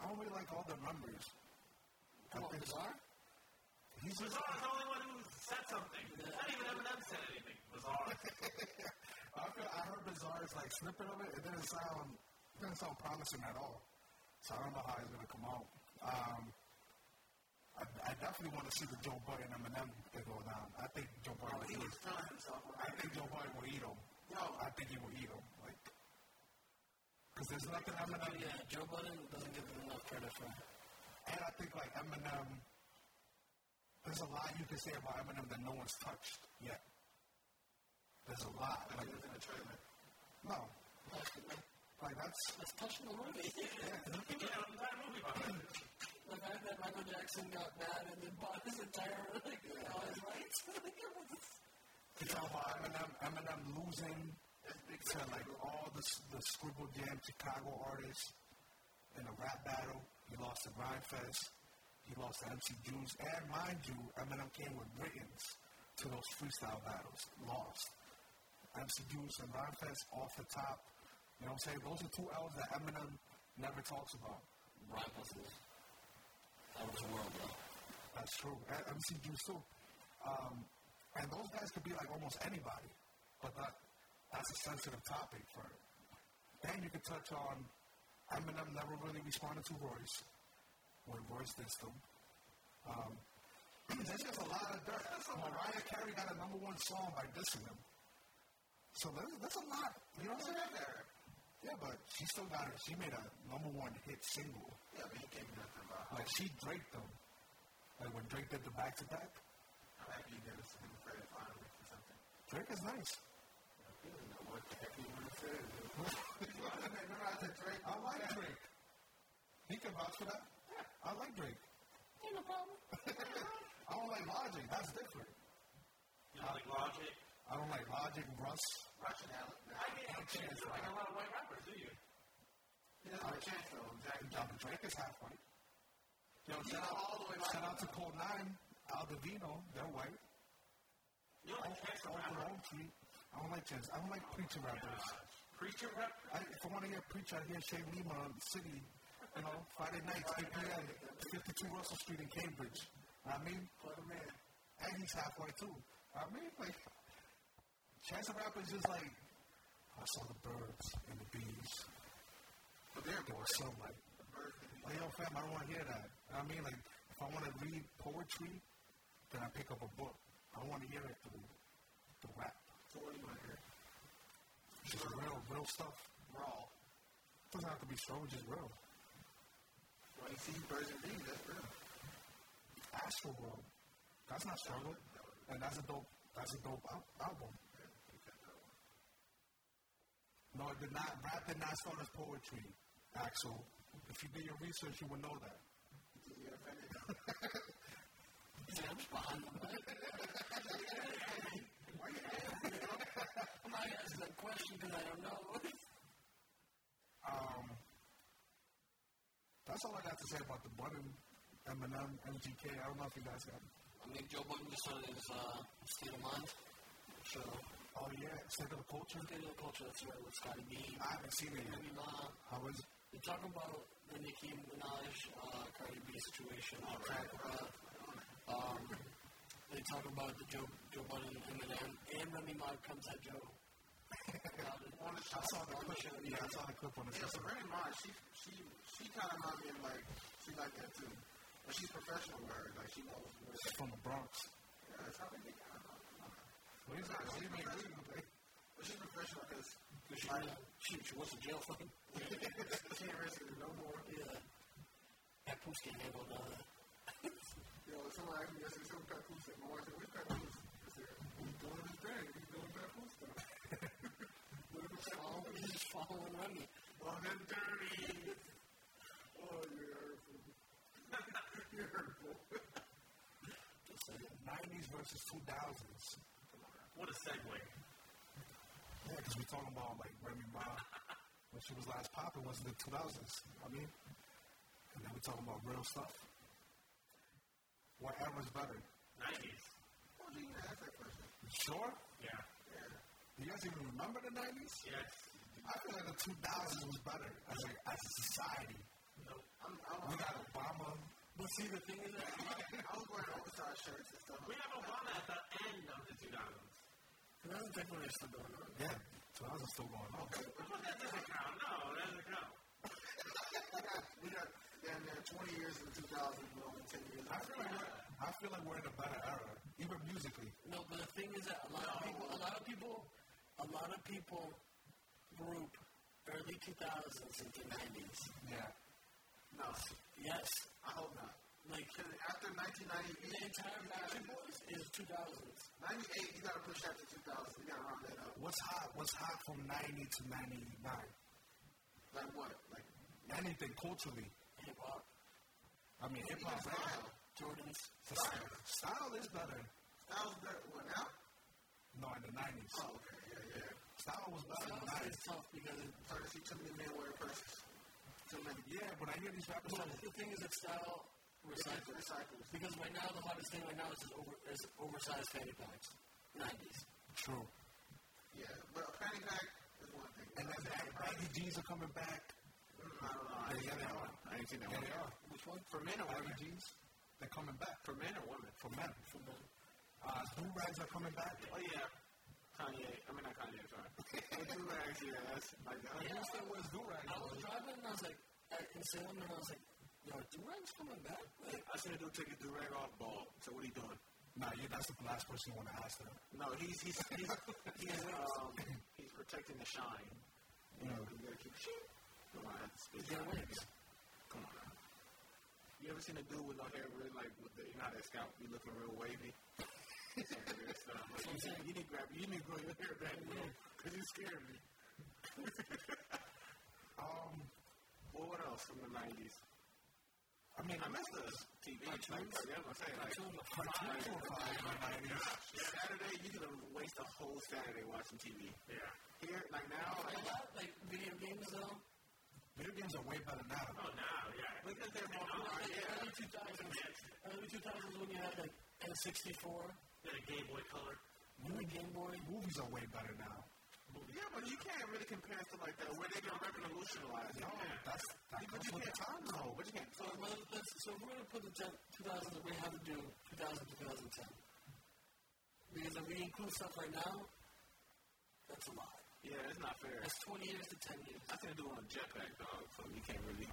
I don't really like all the numbers. Come on, Bizarre? He's just Bizarre is the only one who said something. Not even Eminem said anything. Bizarre. I feel I heard Bizarre's like snippet of it. It didn't sound it didn't sound promising at all. So I don't know how it's gonna come out. Um, I, I definitely want to see the Joe Budden Eminem thing go down. I think Joe Budden will eat. I think Joe Budden will eat him. No, I think he will eat him. Like, because there's nothing Eminem. Yeah, Joe Budden doesn't get enough credit for it. And I think like Eminem, there's a lot you can say about Eminem that no one's touched yet. There's a lot. Like, no, like that's That's touching the movie. You know, that movie about him. The fact that Michael Jackson got mad and then bought his entire, like, all his rights. like, it was You know about Eminem, Eminem losing to like all the s- the scribble jam Chicago artists in a rap battle. He lost to Grindfest. He lost to MC Jews. And mind you, Eminem came with Britons to those freestyle battles. Lost. MC Jews and Rhymefest off the top. You know what I'm saying? Those are two L's that Eminem never talks about. rivals. That was the world, bro. That's true. And MC Juice too. Um, and those guys could be like almost anybody, but that that's a sensitive topic for. Then you could touch on Eminem never really responded to Royce when Royce dissed him. Um, there's just a lot of dirt. Mariah Carey got a number one song by dissing him. So there's, there's a lot. You know what I'm saying? There. Yeah, but she still got it. She made a number one hit single. Yeah, but he gave nothing about Like, she draped them. Like when Drake did the back to back, I'm happy you gave us some credit finally for something. Drake is nice. You don't know what the heck you want to say. I like Drake. He can vouch for that. I like Drake. I don't like Logic. That's different. You know, like Logic, I don't like Logic, Russ. rationality. I get it. You don't like a lot of white rappers, do you? He doesn't have a chance, though. Exactly. Yeah, but Drake is half white. Yo, He's shout out, all the way white. shout out to Cold Nine, Al Divino. They're white. You don't I like don't Chance the like Rapper? Tree. I don't like Chance. I don't like preacher rappers. Preacher rapper? I, if I want to get preacher, I hear Shane Lima on the city. You know, Friday nights, 8 p.m., 52 Russell Street in Cambridge. I mean, But a man. and he's halfway too. I mean, like, Chance the Rapper is just like, I saw the birds and the bees. But there they were so like, like, yo, fam, I don't want to hear that. I mean, like, if I want to read poetry, then I pick up a book. I want to hear it through the rap. What do you want to hear? Just real, real stuff. Raw. Doesn't have to be strong, just real. Well, you see Birds and Bees, that's real. Astral World. That's not struggle. And that's a dope. That's a dope al- album. No, it did not. Rap did not start as poetry, Axel. If you did your research, you would know that. Yeah, I'm behind them. I'm not asking that question because I don't know. Um, that's all I got to say about the button, Eminem, MGK. I don't know if you guys got. I mean, Joe Budden just started his uh, state of mind show. Oh yeah, State of the Culture. State of the culture, that's right, with Scotty B. I haven't seen it yet. Maybe Ma. How is? They're talking about the Nicki Minaj, uh, Cardi B situation. All right. Uh, um, they talk about the Joe, Joe Budden and Eminem, and Remy Ma comes at Joe. on the I saw the clip. Yeah, I saw the clip on the Yeah, so system. Remy Ma, she she she kind of reminds me of like she like that too, but she's professional with her. Like she knows. What It's from the Bronx. yeah, that's how they make it. I don't know. What is that? What do you mean? What do you mean? But she's professional because She, she, she was in jail for him. she can't risk it no more. Yeah. That puss can handle that. You know, somebody can risk it. Some papoose at more. So which papoose? I said, He's doing his thing. He's doing papoose stuff. Follow, he's just following Remy. Long and dirty. Oh, you're hurtful. you're hurtful. 90s versus 2000s. What a segue. Yeah, because we're talking about like Remy Ma when she was last popping was in the 2000s. I mean, and then we're talking about real stuff. What era's better? 90s. Why would you even ask that question? You sure? Yeah. Do you guys even remember the 90s? Yes. I feel like the 2000s was better as a, as a society. Nope. I'm, I'm, We got Obama. But see, the thing is that I was wearing oversized shirts and stuff. We have Obama at the end of the 2000s. that's definitely still going on. Yeah, 2000s still going on. But that doesn't count. No, that doesn't count. We got, we got down there 20 years in 2000, but only 10 years. I feel like we're, I feel like we're in a better era, even musically. No, but the thing is that a lot of people, a lot of people, a lot of people group early 2000s into 90s. Yeah. No, Yes, I hope not. like Because after the 1998, entire Backstreet Boys is 2000s. 98, you got to push that to 2000. You got to round that up. What's hot? What's hot from 90 to 99? Like what? Like, Anything culturally. Hip hop, I mean, hip hop style. Jordans. Style is better. That was better. What now? No, in the nineties. Oh, okay, yeah, yeah. Style was better in Style the is nineties. itself because it, Percy, too many men wear purses. Too many. Yeah, but I hear these rappers but saying the thing is that style Recycle. recycles. Recycles. Because right now the hottest thing right now is, over, is oversized fanny packs. 90s. true. Yeah, but a fanny pack is one thing. And then the baggy jeans are coming back. I don't know. I ain't seen that one. I ain't seen that Yeah, they are. Which one? For men or Baggy women? jeans, they're coming back For men or women? for men. For men. Uh, do rags are coming back. Oh yeah. Kanye. I mean not Kanye. Sorry. With two rags. Yeah, that's like that. I understand what is do rag. I was driving and I was like, at, in Salem, and I was like, yo, Durang's coming back? Like, I seen a dude take a do rag off bald. So what he doing? Nah, you. That's the last person you want to ask them. No, he's he's he's he's, um, he's protecting the shine. You know, 'cause you gotta keep shit. Come on, it's, it's Yeah, not wait. nice. Come on. now. You ever seen a dude with no hair really like with the you know how that scalp be looking real wavy? Some weird stuff. Like, you, need- you need to grab you need to grow your hair back, bro, because you scared me. Um, Well, what else from the nineties? I mean, I miss the TV. Like, like, that's what I'm saying. Like, cartoons were fine in the nineties. Saturday, you could waste a whole Saturday watching TV. Yeah. Here, like now, a like, lot, like, video games, though. Video games are way better now. Oh, now, yeah. look at their mom. Like, Yeah, early 2000s. Early 2000s when you had, like, N64, Then a Game Boy Color. you had Game Boy. Movies are way better now. yeah, but you can't really compare stuff like that where they can revolutionize it. No, that's that But comes you with the can't time. time though. But you can't. So, So, well, let's, so if we're going to put the 10, 2000s, we have to do 2000, 2010. Because if we include stuff right now, that's a lot. yeah, it's not fair. That's 20 years to 10 years. I can do on a jetpack, dog. So you can't really.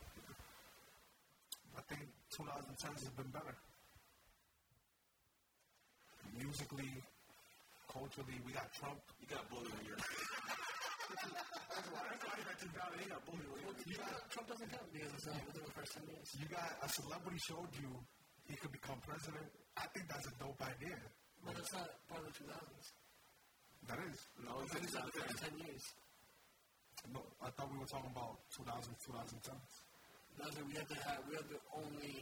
I think 2010 has been better. Musically, culturally, we got Trump. You got bullied when you're. that's why. That's why I got to down. You got bullied when you're. Yeah, Trump doesn't count because it's not within the first 10 years. You got a celebrity showed you he could become president. I think that's a dope idea. But that's not part of the 2000s. That is. No, it's It's not not the fair. first 10 years. No, I thought we were talking about 2000, 2010. That's what we have to have. We have to only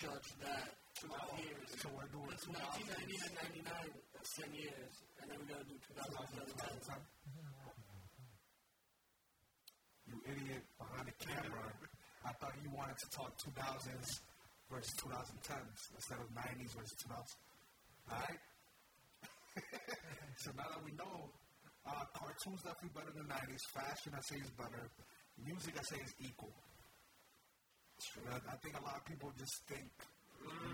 judge that 12 years. So we're doing It's 2000, 1990 to 99. That's 10 years. And then we got to do 2000 to 2010. You 2010. idiot behind the camera. I thought you wanted to talk 2000s versus 2010s instead of 90s versus 2000s. All right? so now that we know, uh, cartoons definitely better than 90s. Fashion, I say, is better. Music, I say, is equal. I, I think a lot of people just think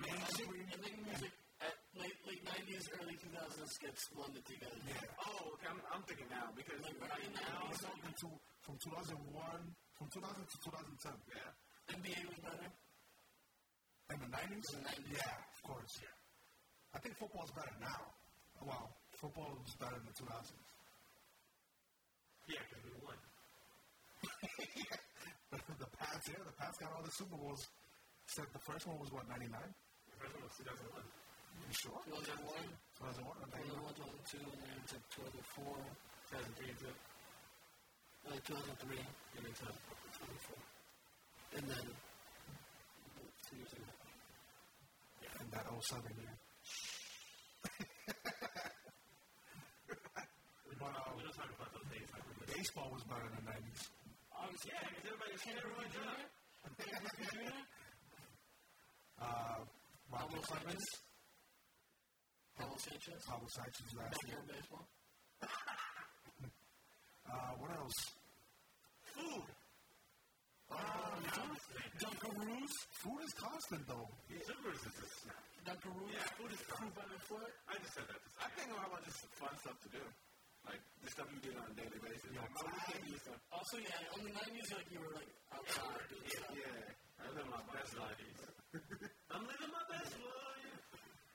mainstream. I think music at late, late 90s, early 2000s gets blended together. Yeah. Oh, okay. I'm, I'm thinking now because like, right now. It's open to from 2001, from 2000 to 2010. Yeah. NBA was better. In the 90s? Yeah, of course. I think football's better now. Well, football was better in the 2000s. Yeah, because we won. the Pats, yeah, the Pats got all the Super Bowls. Except the first one was, what, 99? The first one was 2001. You sure? 2001, 2001, I think. 2001, 2002, and then it's like 2004, 2003 is it? like 2003, And then 2004. 2004. And then, two years ago. And that 07 year. but um, We don't talk about those days like we did. baseball was better in the 90s. Obviously, Yeah, because everybody's Ken Griffey Jr. Ken Griffey Jr. Roger Uh, Pablo Clemens, Sanchez. Pablo Sanchez. Pablo Sanchez last year. Backyard baseball. Uh, what else? Dunkaroos. Food is constant though. Supers is a snack. Dunkaroos. Yeah, food is Crew by the foot. I just said that to say. I think about just fun stuff to do, like the stuff you did on a daily basis. Like, my weekend used to. Also, yeah, on the 90s, like, you were, like, outside. doing stuff. Yeah, I live my best life. I'm living my best life.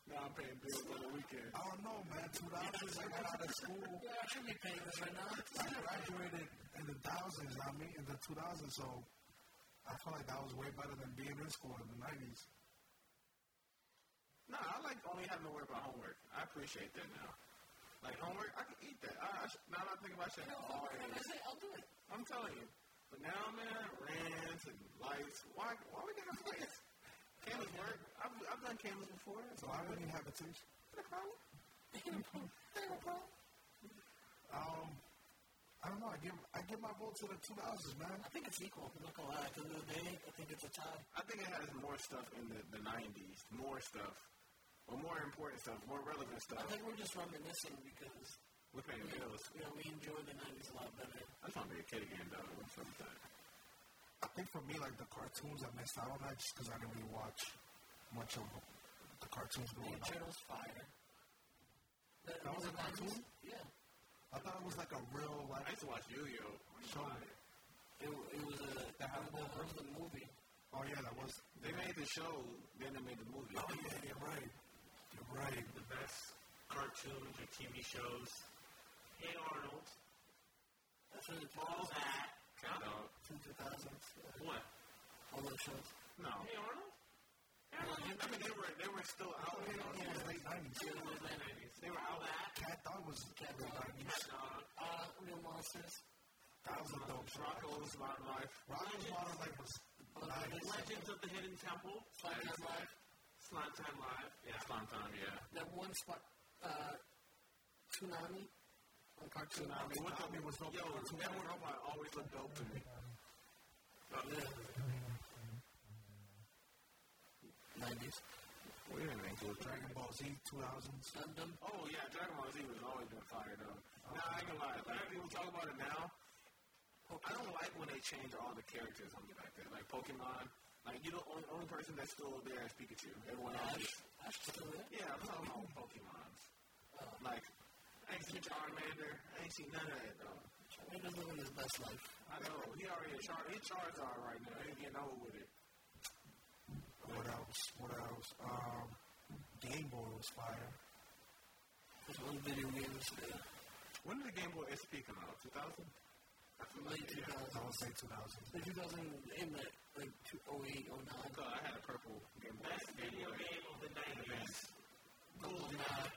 Now I'm paying bills on the weekend. I don't know, man. Two dollars. I got out of school. Yeah, I should be paying this right now. I graduated in the thousands. I mean, in the two thousands. So I felt like that was way better than being in school in the nineties. No, I like only having to worry about homework. I appreciate that now. Like homework, I can eat that. I, I sh- now that I think about shit, all And I days. said, I'll do it. I'm telling you. But now, man, rants and lights. Why? Why we gonna have lights? Cameras work. I've, I've done cameras before. So I wouldn't have a teacher. Um, I don't know. I give I give my vote to the two houses, man. I think it's equal. I'm not gonna lie. At the end of the day, I think it's a tie. I think it has more stuff in the, the 90s. More stuff. Or more important stuff. More relevant I stuff. think we're just reminiscing because We're paying you know, bills. you know we enjoyed the '90s a lot better. I just want to be a kid again, though. or Something. I think for me, like the cartoons, I missed out on that just because I didn't really watch much of the cartoons growing up. Eternal's fire. That, That was a cartoon? Yeah. I thought it was like a real I life used to watch Yu-Gi-Oh. show. It, wa- it was a that had it was a movie. Oh yeah, that was. They made the show, then they made the movie. Oh yeah, you're right. You're right. The best cartoons or TV shows. Hey Arnold. That's what it's All all that. Kind of. since 2000s. Yeah. What? All those shows. No. Hey Arnold? Hey, Arnold. I mean, they were they were still out. You know, It was late nineties. they were out. Cat Dog was late nineties. Uh, Real Monsters. That was a dope show. Rocco's Modern Life. Rocko's Modern Life was nice. Legends of the Hidden Temple. Slime Time Live. Slime Time Live. Yeah. That's long time, yeah. That one spot. Uh, Tsunami. On Cartoon Tsunami. What the, Tommy was dope. yo, Edward Robot always looked dope to me. '90s. Wait a minute. Dragon Ball Z, two thousands. Gundam. Oh yeah, Dragon Ball Z was always been fire though. Nah, I ain't gonna lie. Like, people talk about it now. I don't like when they change all the characters on me like that. Like Pokemon. Like you the only, only person that's still there is Pikachu. Everyone else is Ash is still there. Yeah, I'm talking about Pokemon. Like I ain't seen Charmander. I ain't seen none of that though. Charmander's living his best life. I know. He already a Char he Charizard right now. He's getting old with it. What else? What else? Um, Game Boy was fire. There's one video game today. When did the Game Boy SP come out? Two thousand? Late I 2000s. would say two thousands. The 2000 in the like 2008, 09. So I had a purple Game Boy. Best video game of the 90s. GoldenEye.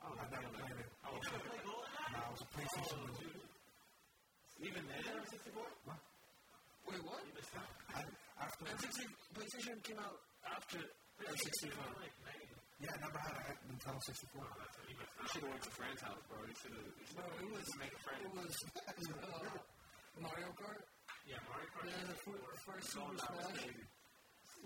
I never played it. I was Ever play GoldenEye? Nah, I was a PlayStation. dude. even then Wait, what? I, after, N60 PlayStation came out after N64. Like 90s. yeah, I never had a Nintendo 64. You should have went to friend's house, bro. You should have. No, it was Make a friend. it was uh, Mario Kart. Yeah, Mario Kart. Yeah, the fir- first Super Smash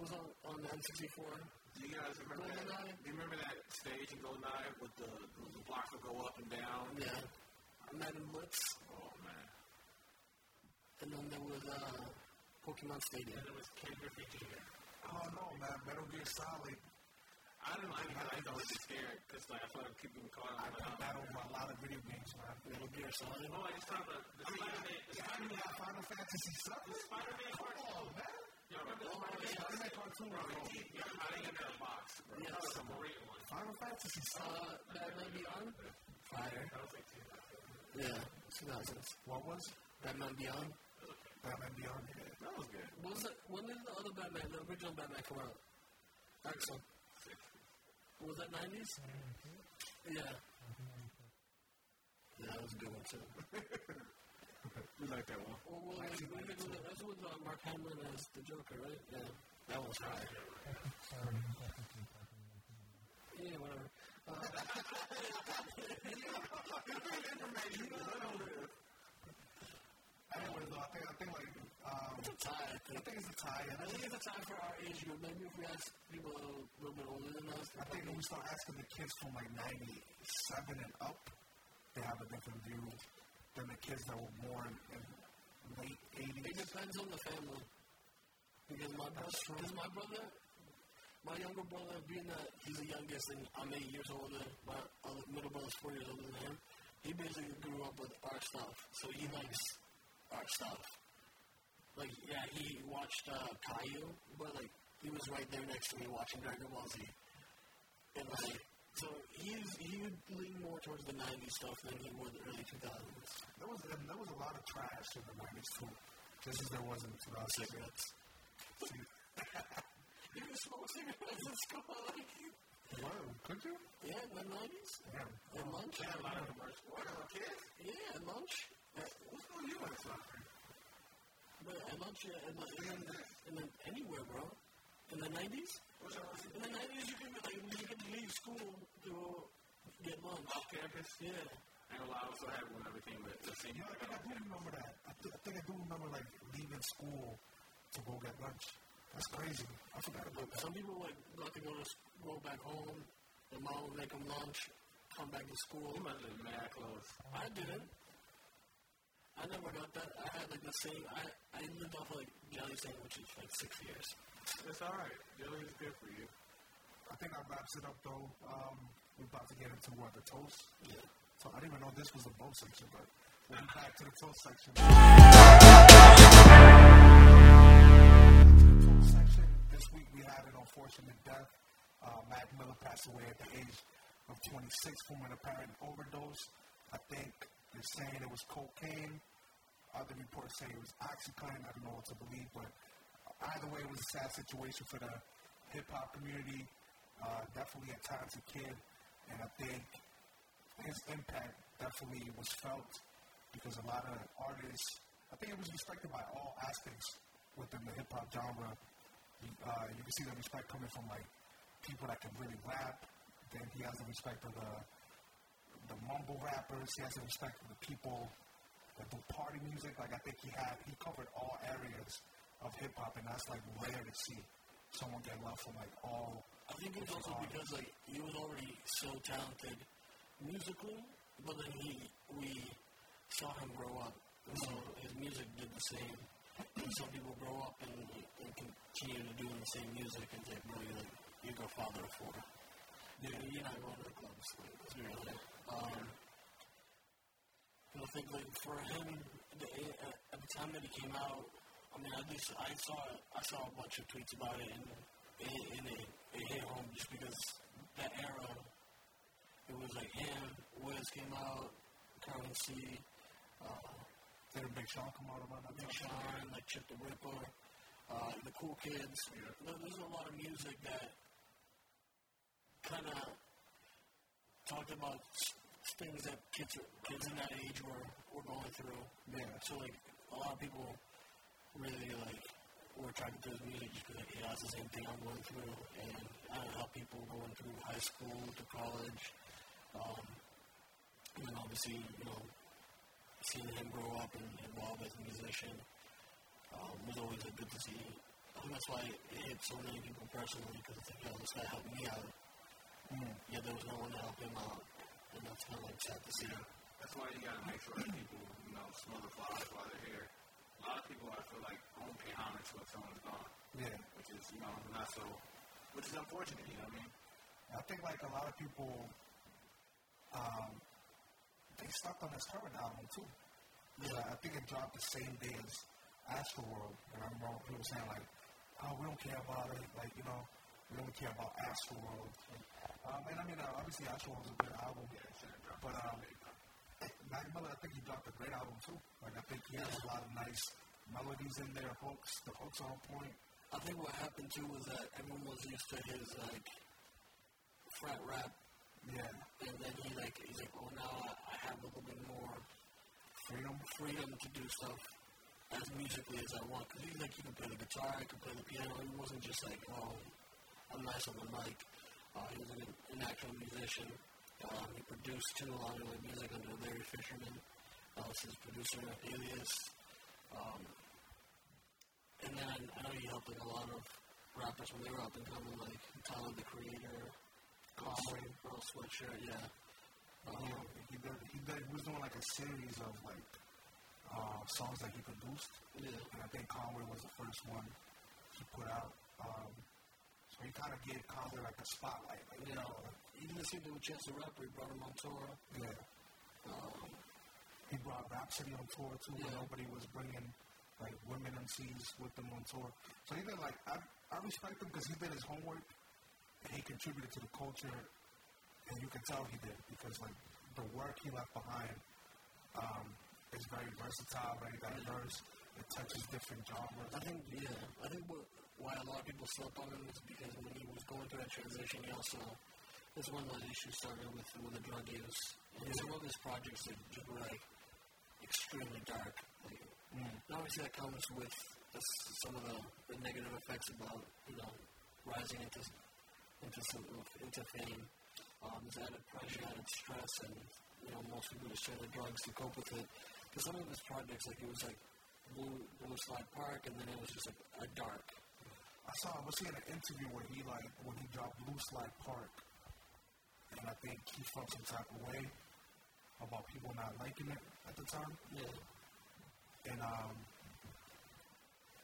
was on on the N64. Do you guys remember that? GoldenEye? Do you remember that stage in GoldenEye with the, the blocks would go up and down? Yeah, Madden Blitz, Oh man. and then there was uh, Pokemon Stadium. It was Ken Griffey Jr. Oh no, man, Metal Gear Solid. I don't like it. I was just scared because like I felt like people were calling I me played out. that over a lot of video games, man. Metal Gear Solid. Oh, I just talked about the Spider-Man. The I didn't have Final Fantasy VII. Spider-Man cartoon. Y'all remember the I Spider-Man made cartoon bro. Yeah, I didn't get that box, bro. Yes. That was a great one. Final Fantasy VII. Uh, Batman Beyond. Fire. That was like 2000. Yeah, 2000s. What was? Batman Beyond. Batman Beyond. Yeah. That was good. What was it? When did the other Batman, the original Batman, come out? Axel. Was that 90s? Yeah. Yeah, that was a good one, too. We like that one. Well, well like, we did with- that's with uh, Mark Hamill as the Joker, right? Yeah. That was high. Yeah, whatever. Anyway, though, I think I think like um, It's a tie, I I think. think it's a tie. And I I think it's a tie for our age group. Maybe if we ask people a little, little bit older than us. I think when we start asking the kids from like 97 and up, they have a different view than the kids that were born in late It 80s. depends on the family. Because my brother, because my brother, my younger brother, being that he's the youngest and I'm eight years older, my other middle brother's four years older than him. He basically grew up with our stuff, so he likes our stuff. Like, yeah, he watched uh, Caillou, but like he was right there next to me watching Dragon Ball Z, and like. So he's he would lean more towards the '90s stuff than he would the early 2000s. There was and there was a lot of trash in the 90s too, just as there was in 2006. Cigarettes. You can smoke cigarettes in school. Like, Whoa, could you? yeah, in the 90s. Yeah. At lunch. Had a lot of commercials. What are kids? Yeah, at lunch. At- What's going on you in the soccer? But at lunch, yeah, and, like, and, then, and then anywhere, bro. In the 90s? In the 90s, you could, like, you could leave school to go get lunch. Off campus? Yeah. I know a lot also happened when everything was the same. You know, I think I do remember that. I, th- I think I do remember like leaving school to go get lunch. That's crazy. I forgot about that. Some people like got to go to s- go back home. Their mom would make them lunch, come back to school. must have been mad close. I didn't. I never got that. I had like the same. I I lived off like jelly sandwiches for like six years. It's all right. Jelly is good for you. I think that wraps it up though. Um, we're about to get into what the toast. Yeah. So I didn't even know this was the bow section, but we'll be back to the toast section. To the toast section. This week we had an unfortunate death. Uh, Mac Miller passed away at the age of 26 from an apparent overdose. I think they're saying it was cocaine. Other reports say it was OxyContin. I don't know what to believe, but either way, it was a sad situation for the hip hop community. Uh, definitely a talented kid, and I think his impact definitely was felt because a lot of artists, I think it was respected by all aspects within the hip hop genre. You- Uh, you can see the respect coming from like people that can really rap. Then he has the respect of the the mumble rappers. He has the respect for the people that do party music. Like I think he had, he covered all areas of hip hop, and that's like rare to see someone get love from like all. I think it was also because like he was already so talented musically, but then he we saw him grow up, and so his music did the same. And some people grow up and, and continue to do the same music, and they really like you go father of four. Yeah, you're not going to the clubs. Like, it's really. Um, but I think like for him, the, at, at the time that he came out, I mean, at least I saw it, I saw a bunch of tweets about it, and it, and it, it hit home just because that era, it was like him, Wiz came out, Currency, Did a Big Sean come out about that? Big Sean, like Chip the Ripper, uh, the Cool Kids. There- There's a lot of music that kind of talked about s- things that kids kids in that age were, were going through. Yeah. So like a lot of people really like were attracted to his music just because like, yeah, it's the same thing I'm going through, and I don't know how people going through high school to college. Um, and then obviously, you know, seeing him grow up and evolve as a musician um, was always a good to see. And that's why it hit so many people personally because it's like, yo, this guy helped me out. Yeah, there was no one to help him out. And that's kind of like sad to see. That's why you gotta make sure that people, you know, smell the flowers while they're here. A lot of people, I feel like, don't pay homage when someone's gone, Yeah. which is, you know, not so, which is unfortunate. You know what I mean? I think like a lot of people, um, they stopped on his current album too. Yeah, I think it dropped the same day as Astroworld, and I remember people saying like, "Oh, we don't care about it," like you know, we only care about Astroworld. Um, and I mean, uh, obviously Astroworld is a good album, but um, eh, Mac Miller, I think he dropped a great album too. Like I think he has a lot of nice melodies in there, hooks. The hooks are on point. I think what happened too was that everyone was used to his like frat rap, Yeah, and then he like he's like, oh, now I, I have a little bit more freedom. freedom to do stuff as musically as I want. Cause he's like, you can play the guitar, I can play the piano. He wasn't just like, oh, I'm nice on the mic. Uh, he was an, an actual musician. Um, he produced too a lot of the music under Larry Fisherman. Uh, was his producer alias. And then I know you helped like a lot of rappers when they were up and coming, like Tyler the Creator, Conway, Earl Sweatshirt, yeah. Um, Yeah, he did, he did, he was doing like a series of like uh, songs that he produced, yeah. and I think Conway was the first one he put out. Um, so he kind of gave Conway like a spotlight, like, you You know, know. he didn't seem to have a chance to rap, but he brought him on tour. Yeah. Um, he brought Rhapsody on tour too, but Yeah. nobody was bringing like women MCs with them on tour. So he did like I, I respect him because he did his homework and he contributed to the culture, and you can tell he did because like the work he left behind um, is very versatile, very diverse. It touches different genres. I think, yeah, I think what, why a lot of people slept on him is because when he was going through that transition, he also, there's one of the issues started with, with the drug use. And some of his projects that just were like extremely dark. Like, And obviously that comes with the s some of the, the negative effects about, you know, rising into into some, into fame um, is added pressure, added stress, and you know most people just share the drugs to cope with it. Because some of his projects, like it was like Blue, Blue Slide Park, and then it was just a, a dark. I saw I was seeing an interview where he like when he dropped Blue Slide Park, and I think he felt some type of way about people not liking it at the time. Yeah, And um,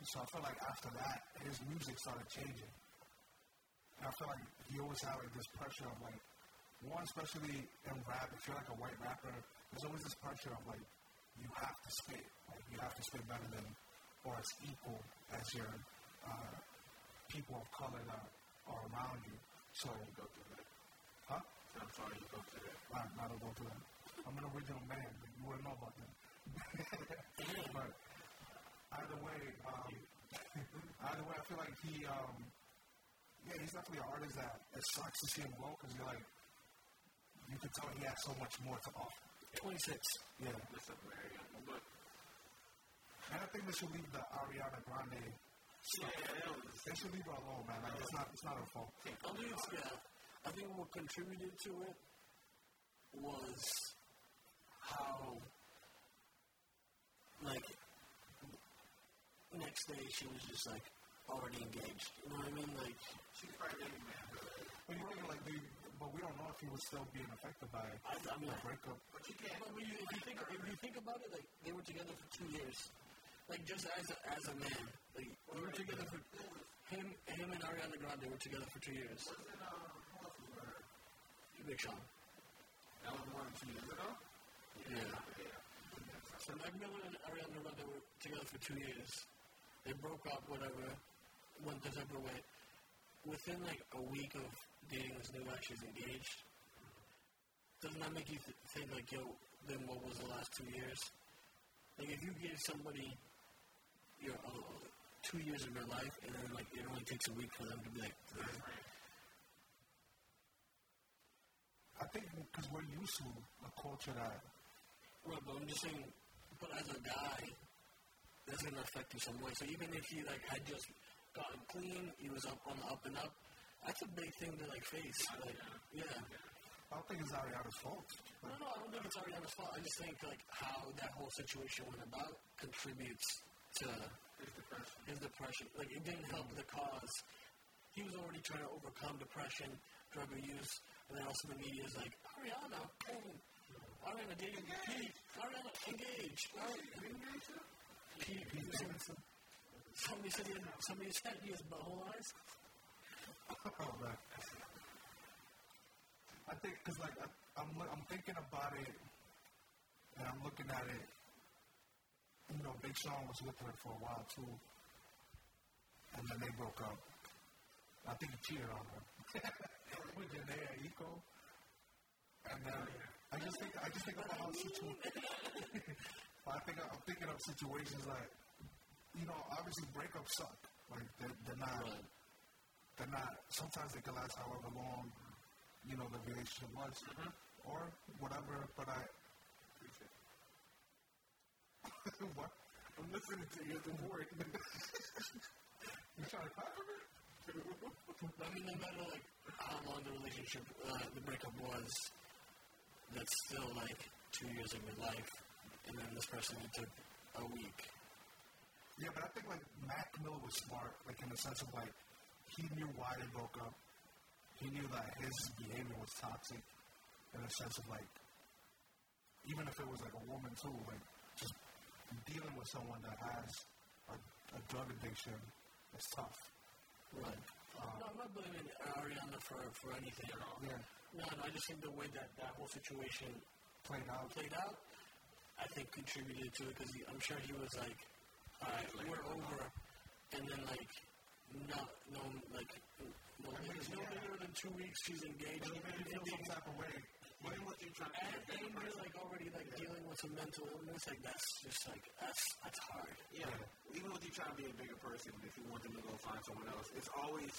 so I feel like after that, his music started changing. And I feel like he always had like this pressure of like, one, especially in rap, if you're like a white rapper, there's always this pressure of like, you have to spit. Like, you have to spit better than or as equal as your uh, people of color that are around you. So, huh? I'm sorry you go through that. I, I don't go through that. I'm an original man. but You wouldn't know about that. but either way, um, either way, I feel like he, um, yeah, he's definitely an artist that it sucks to see him go because you're like, you can tell he has so much more to offer. 26. Yeah, That's a very young book. and I think they should leave the Ariana Grande. Yeah, that was They should leave her alone, man. Like it's not, it's not her fault. I think it's, yeah. I think what contributed to it was how, like, next day she was just like already engaged. You know what I mean? Like, she's probably getting mad. But you think like, dude, but we don't know if he was still being affected by I, I mean, the like, breakup. But you can't. But when you, if you think if you think about it, like they were together for two years, like just as a, as a man, like we were together for him him and Ariana Grande were together for two years. Big Sean. That was more than two years ago. Yeah. So Mac Miller and Ariana Grande were together for two years. They broke up, whatever, went their separate way. Within like a week of dating this new guy, she's engaged. Doesn't that make you th- think like, yo, then what was the last two years? Like if you give somebody your uh, two years of your life, and then like it only takes a week for them to be like, I think because we're used to a culture that Right, but I'm just saying, but as a guy, that's gonna affect you some way. So even if you like had just gotten clean, you was up on the up and up. That's a big thing to like face. Like, yeah. I don't think it's Ariana's fault. No, no, I don't think it's Ariana's fault. I just think like how that whole situation went about contributes to It's depression. his depression. Like it didn't help the cause. He was already trying to overcome depression, drug abuse, and then also the media is like Ariana, boom, Ariana dating Pete, Ariana engaged. Ariana- Pete, Pete Davidson. Somebody said he had, somebody said he has butthole eyes. Oh, man. I think because like I, I'm li- I'm thinking about it and I'm looking at it. You know, Big Sean was with her for a while too, and then they broke up. I think he cheated on her with Janaea Eco. And then I just think I just think about how situ- I think I'm thinking of situations like you know obviously breakups suck like they're, they're not they're not. Sometimes they can last however long, you know, the relationship was, Mm-hmm. or whatever. But I. what? I'm listening to you. Don't worry. You trying to clap for me? I mean, no matter like how long the relationship, uh, the breakup was, that's still like two years of your life, and then this person it took a week. Yeah, but I think like Mac Miller was smart, like in the sense of like he knew why they broke up. He knew that his behavior was toxic, in the sense of like even if it was like a woman too, like just dealing with someone that has a, a drug addiction is tough. Right. no, I'm not blaming Ariana for, for anything at all. Yeah, No, no, I just think the way that that whole situation played out. played out, I think contributed to it because I'm sure he was like, all right, we're over. And then, like, no, no, like, well, I mean, it's no yeah. later than two weeks she's engaged. But even if you And feel some type of way, What what you trying to and and you're like already like dealing with some mental illness, like that's just like that's that's hard. Yeah. Even with you trying to be a bigger person, if you want them to go find someone else, it's always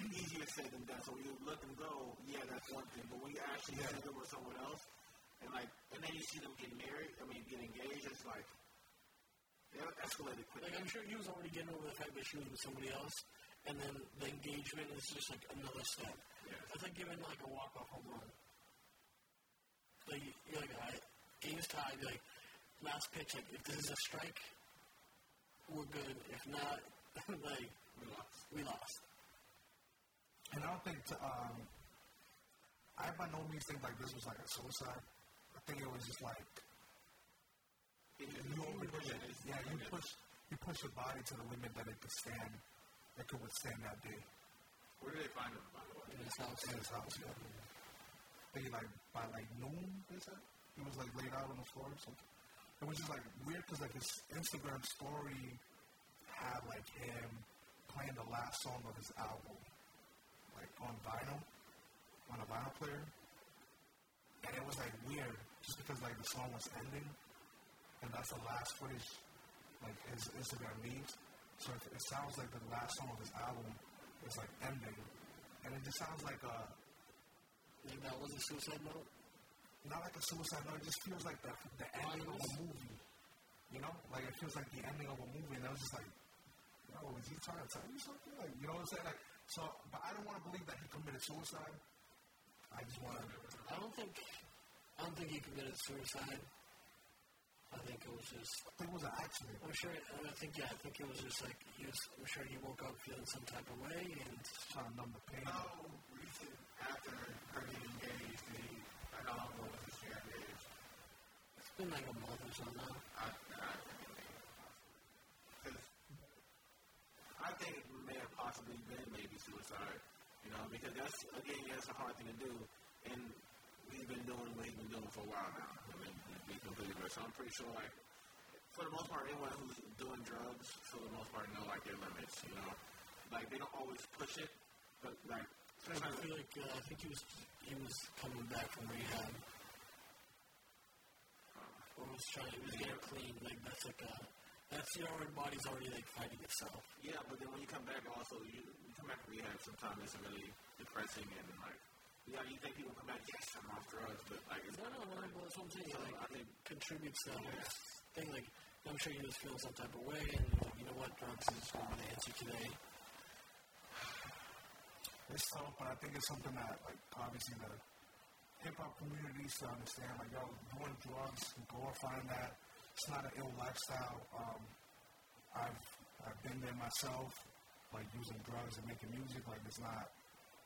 easier said than done. So when you let them go, yeah, that's one thing. But when you actually yeah. them with someone else, and like, and then you see them get married, I mean, get engaged, it's like that escalated Like quickly. I'm sure he was already getting over the fact that she was with somebody else, and then the engagement is just like another step. Yeah. It's like giving like a walk off home run. Like you're like, all right, game's tied. Like last pitch, like if this is a strike, we're good. If not, like we lost. We lost. And I don't think, t- um, I by no means think like this was like a suicide. I think it was just like, you overpush it. Yeah, you push, you push your body to the limit that it could stand, that could withstand that day Where do they find him, by the way? in his house. In his house, yeah. Think like by like noon, they said he was like laid out on the floor or something. It was just like weird because like his Instagram story had like him playing the last song of his album, like on vinyl, on a vinyl player, and it was like weird just because like the song was ending, and that's the last footage like his Instagram leaves. So it, it sounds like the last song of his album is like ending, and it just sounds like a Like that was a suicide note. not like a suicide note. It just feels like the, the ending of a movie. You know, like it feels like the ending of a movie, and I was just like, "Yo, is he trying to tell you something?" Like, you know what I'm saying? Like, so, but I don't want to believe that he committed suicide. I just want to. I don't think I don't think he committed suicide. I think it was just I think it was an accident. I'm sure I think yeah, I think it was just like he was I'm sure he woke up feeling some type of way and Trying to numb the pain. How recent after her getting engaged, the I don't know what was she engaged. it's been like a month or so now. I, I think it Because I think it may have possibly been maybe suicide, you know, because that's, again, that's a hard thing to do. And we've been doing what he's been doing for a while now. I mean, to be completely real. So I'm pretty sure, like, for the most part, anyone who's doing drugs, for the most part, know, like, their limits, you know. Like, they don't always push it, but, like, I sometimes feel like uh, I think he was he was coming back from rehab. Or was trying he was getting clean, like that's like a that's your own body's already like fighting itself. Yeah, but then when you come back, also you, you come back from rehab. Sometimes it's really depressing and like, yeah, you think people come back, yes, I'm off drugs, but like it's No, not. no, no, but that's what I'm saying. So Like, I think contributes to that whole thing. Like, I'm sure you just feel some type of way, and you're like, you know what, drugs is not the answer today. It's tough, but I think it's something that, like, obviously the hip hop community needs to understand. Like, yo, doing drugs, glorifying that, it's not an ill lifestyle. Um, I've I've been there myself, like using drugs and making music. Like, it's not.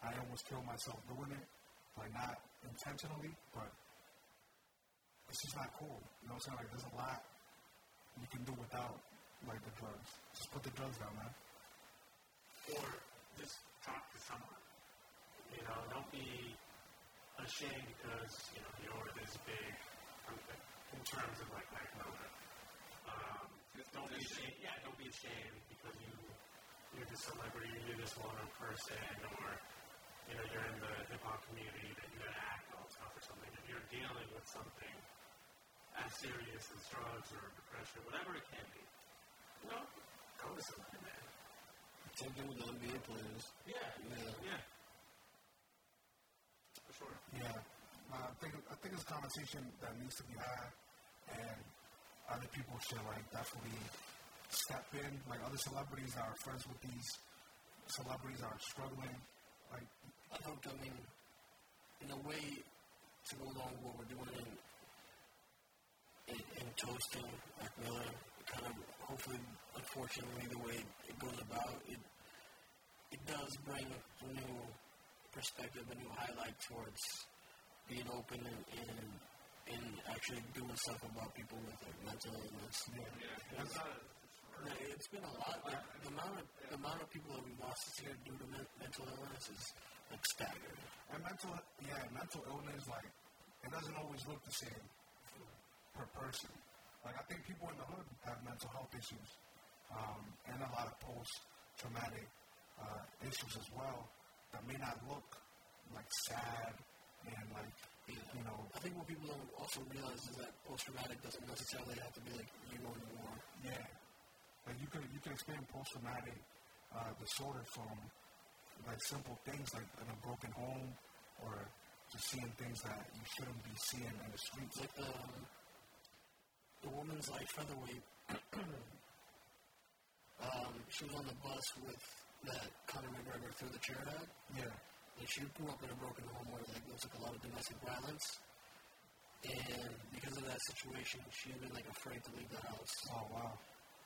I almost killed myself doing it, like not intentionally, but it's just not cool. You know what I'm saying? Like, there's a lot you can do without like the drugs. Just put the drugs down, man. Or just talk to someone. You know, don't be ashamed because, you know, you're this big in terms of like that moment. Um, just don't be ashamed. Yeah, don't be ashamed because you you're this celebrity, you're this well-known person, or you know, you're in the hip hop community that you gotta act all tough or something. If you're dealing with something as serious as drugs or depression, whatever it can be, you know, go to somebody, man. Same thing with the NBA players. Yeah, Yeah. yeah. For sure. Yeah, uh, I think I think it's a conversation that needs to be had, and other people should like definitely step in. Like other celebrities that are friends with these celebrities that are struggling. Like I hope, I mean, in a way, to go along with what we're doing in, in, in toasting, like Miller, it kind of, hopefully, unfortunately, the way it goes about, it it does bring a new perspective, a new highlight towards being open and, and, and actually doing stuff about people with like, mental illness. Yeah, it's not a, Yeah, it's been a lot. Like, the amount of the amount of people that we lost this year due to men- mental illness is like staggering. and mental yeah, mental illness like it doesn't always look the same per person. Like I think people in the hood have mental health issues, um, and a lot of post traumatic uh, issues as well that may not look like sad and like you know I think what people don't also realize is that post traumatic doesn't necessarily have to be like you go to war. Yeah. Like you could you can experience post traumatic uh, disorder from like simple things like in a broken home or just seeing things that you shouldn't be seeing in the streets. Like the the woman's like featherweight. um, she was on the bus with that Conor McGregor threw the chair at. Yeah. Like she grew up in a broken home where like there was like a lot of domestic violence, and because of that situation, she had been like afraid to leave the house Oh wow.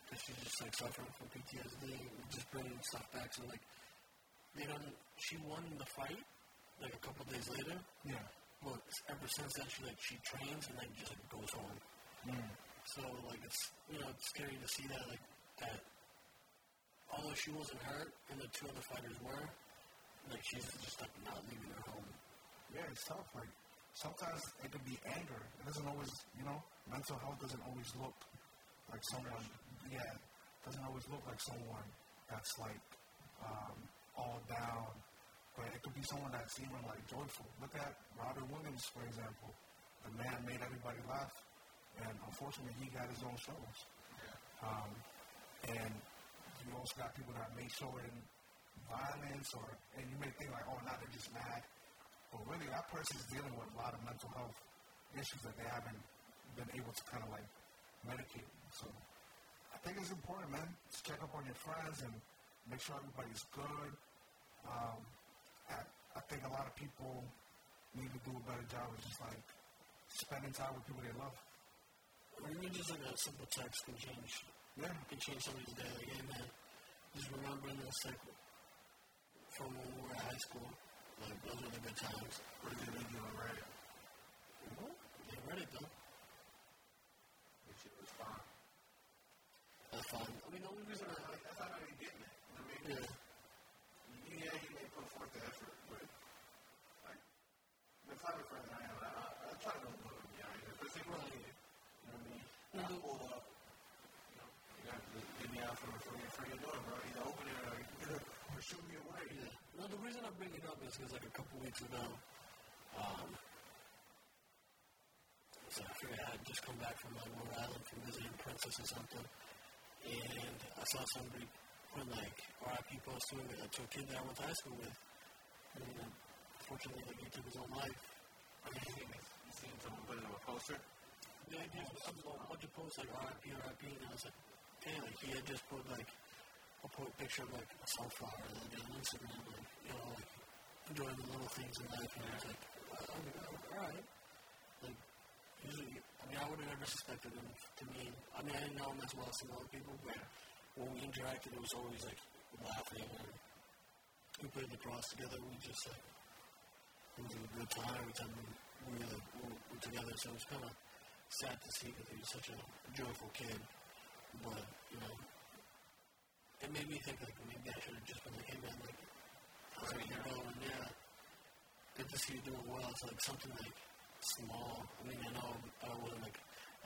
because she's just like suffering from PTSD and just bringing stuff back. So like, they don't. She won the fight like a couple days later, Yeah. but ever since then she like she trains and then just like, goes home. So like it's you know it's scary to see that like that. Although she wasn't hurt and the two other fighters were, like she's just like not leaving her home. Yeah, it's tough. Like sometimes it could be anger. It doesn't always, you know, mental health doesn't always look like someone. Yeah, doesn't always look like someone that's like um, all down. But it could be someone that's even like joyful. Look at Robin Williams, for example. The man made everybody laugh, and unfortunately, he got his own shows. Um, and you also got people that may show it in violence, or and you may think like, oh, now they're just mad, but really that person's dealing with a lot of mental health issues that they haven't been able to kind of like medicate. So I think it's important, man, to check up on your friends and make sure everybody's good. Um, I, I think a lot of people need to do a better job of just like spending time with people they love. Or even just like a simple text can change Yeah, can change somebody's day. Like, hey man, just remembering this like from when we were in high school. Like those were the good times. what is it you do on Reddit? Yeah, Reddit though. It should respond. That's fun. I mean the only reason I That's not really getting it. I mean, yeah. yeah, you may put forth the effort, but like the type of friend I am, I, I, I try to go behind it, but they really need it. You know what I mean? Not pull up. You know, you got to get me out from from your friend door, bro. Either open it or, or shoot me away. Yeah. No, the reason I bring it up is because like a couple weeks ago, um, so I figured I had just come back from like Rhode Island from visiting Princess or something, and I saw somebody put like RIP post to, a- to a kid that I went to high school with, and unfortunately like he took his own life. I mean, you seen- you seen someone put it on a poster? Yeah, I just I saw a bunch of posts like RIP, RIP, and I was like, damn, like he had just put like a po- picture of like a sunflower and then on Instagram, like you know, like enjoying the little things in life, and I was like, oh my god, all right. Like, usually, I mean, I would have never suspected him to mean. I mean, I didn't know him as well as some other people, but when we interacted, it was always like laughing and we played lacrosse together. We just like it was a good time every time we we were, like, we were together. So it was kind of sad to see because he was such a joyful kid. But you know, it made me think like maybe I should have just been like, hey man, like how's it going? And yeah, good to see you doing well. It's like something like small. I mean, I know I wasn't like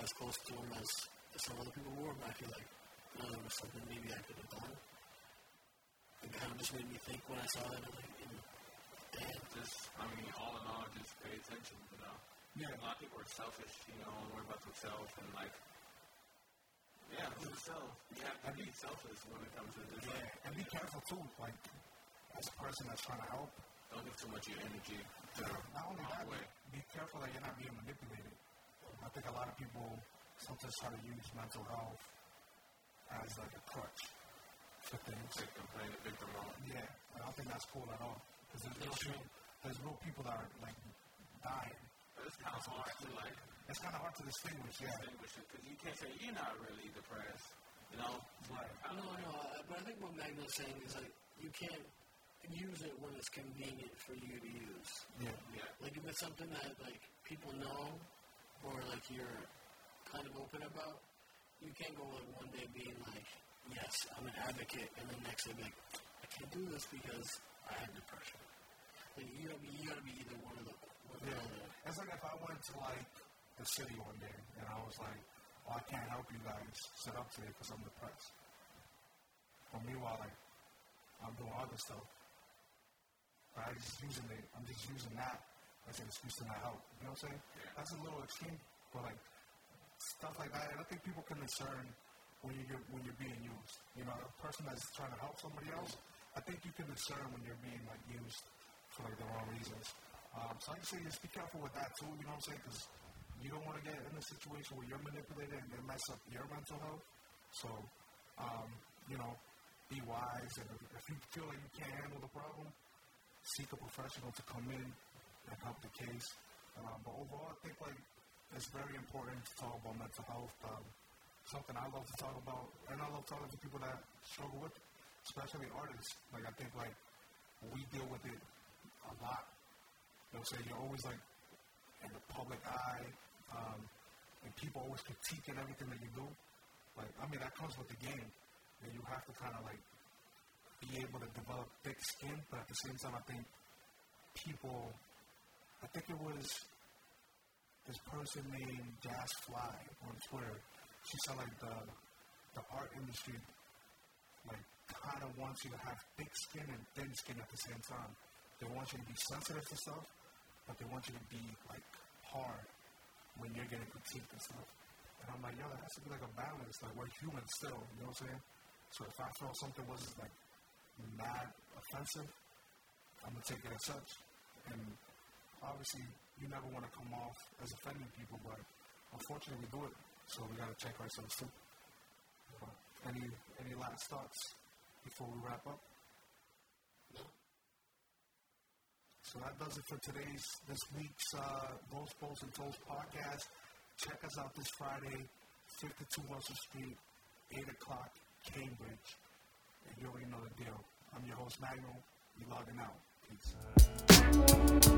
as close to him as as some other people were, but I feel like you know, there was something maybe I could have done. It kind of just made me think when I saw that. I'm like, you know, damn. Just, I mean, all in all, just pay attention, you know? Yeah. A lot of people are selfish, you know, and worry about themselves and like, yeah, themselves. You have to be selfless when it comes to this. Like, And be careful too, like as a person that's trying to help. Don't give too much of your energy to the Not only that, wrong way. be careful that you're not being manipulated. I think a lot of people sometimes try to use mental health as like a crutch for things. Like complain the victim role. Yeah, and I don't think that's cool at all. Because there's real people, there's real people that are like dying. But it's kind of hard to like It's kind of hard to distinguish. Yeah, distinguish it because you can't say you're not really depressed. You know, It's like I No, don't no, know. I- but I think what Magnus saying is like you can't use it when it's convenient for you to use. yeah, Yeah, Like if it's something that like people know or like you're kind of open about, you can't go like one day being like, yes, I'm an advocate, and the next day be like, I can't do this because I have depression. Like you gotta be, you gotta be either one of the one or the other. It's like if I went to like the city one day and I was like, "Oh, I can't help you guys set up today because I'm depressed." But meanwhile, like I'm doing other stuff. But I just using it. I'm just using that as an excuse to not help. You know what I'm saying? That's a little extreme, but like stuff like that. I don't think people can discern when you get, when you're being used. You know, a person that's trying to help somebody else, I think you can discern when you're being like used for like the wrong reasons. Um, so I just say just be careful with that too. You know what I'm saying? Because you don't want to get in a situation where you're manipulated and they mess up your mental health. So um, you know, be wise, and if if you feel like you can't handle the problem, seek a professional to come in and help the case. Um, but overall, I think like it's very important to talk about mental health. Um, something I love to talk about, and I love talking to people that struggle with it, especially artists. Like I think like we deal with it a lot. You know, what I'm saying you're always like in the public eye, um, and people always critiquing everything that you do. Like I mean, that comes with the game, and you have to kind of like be able to develop thick skin. But at the same time, I think people, I think it was this person named Jazz Fly on Twitter. She said like the the art industry like kind of wants you to have thick skin and thin skin at the same time. They want you to be sensitive to stuff, but they want you to be like hard when you're getting critiqued and stuff. And I'm like, yo, that has to be like a balance. Like we're human still, you know what I'm saying? So if I felt something was like mad offensive, I'm gonna take it as such. And obviously, you never want to come off as offending people, but unfortunately, we do it. So we gotta check ourselves too. But any any last thoughts before we wrap up? So that does it for today's this week's uh, Ghost Posts and Toes podcast. Check us out this Friday, 52 Russell Street, 8 o'clock, Cambridge. And you already know the deal. I'm your host, Magnum. You logging out. Peace.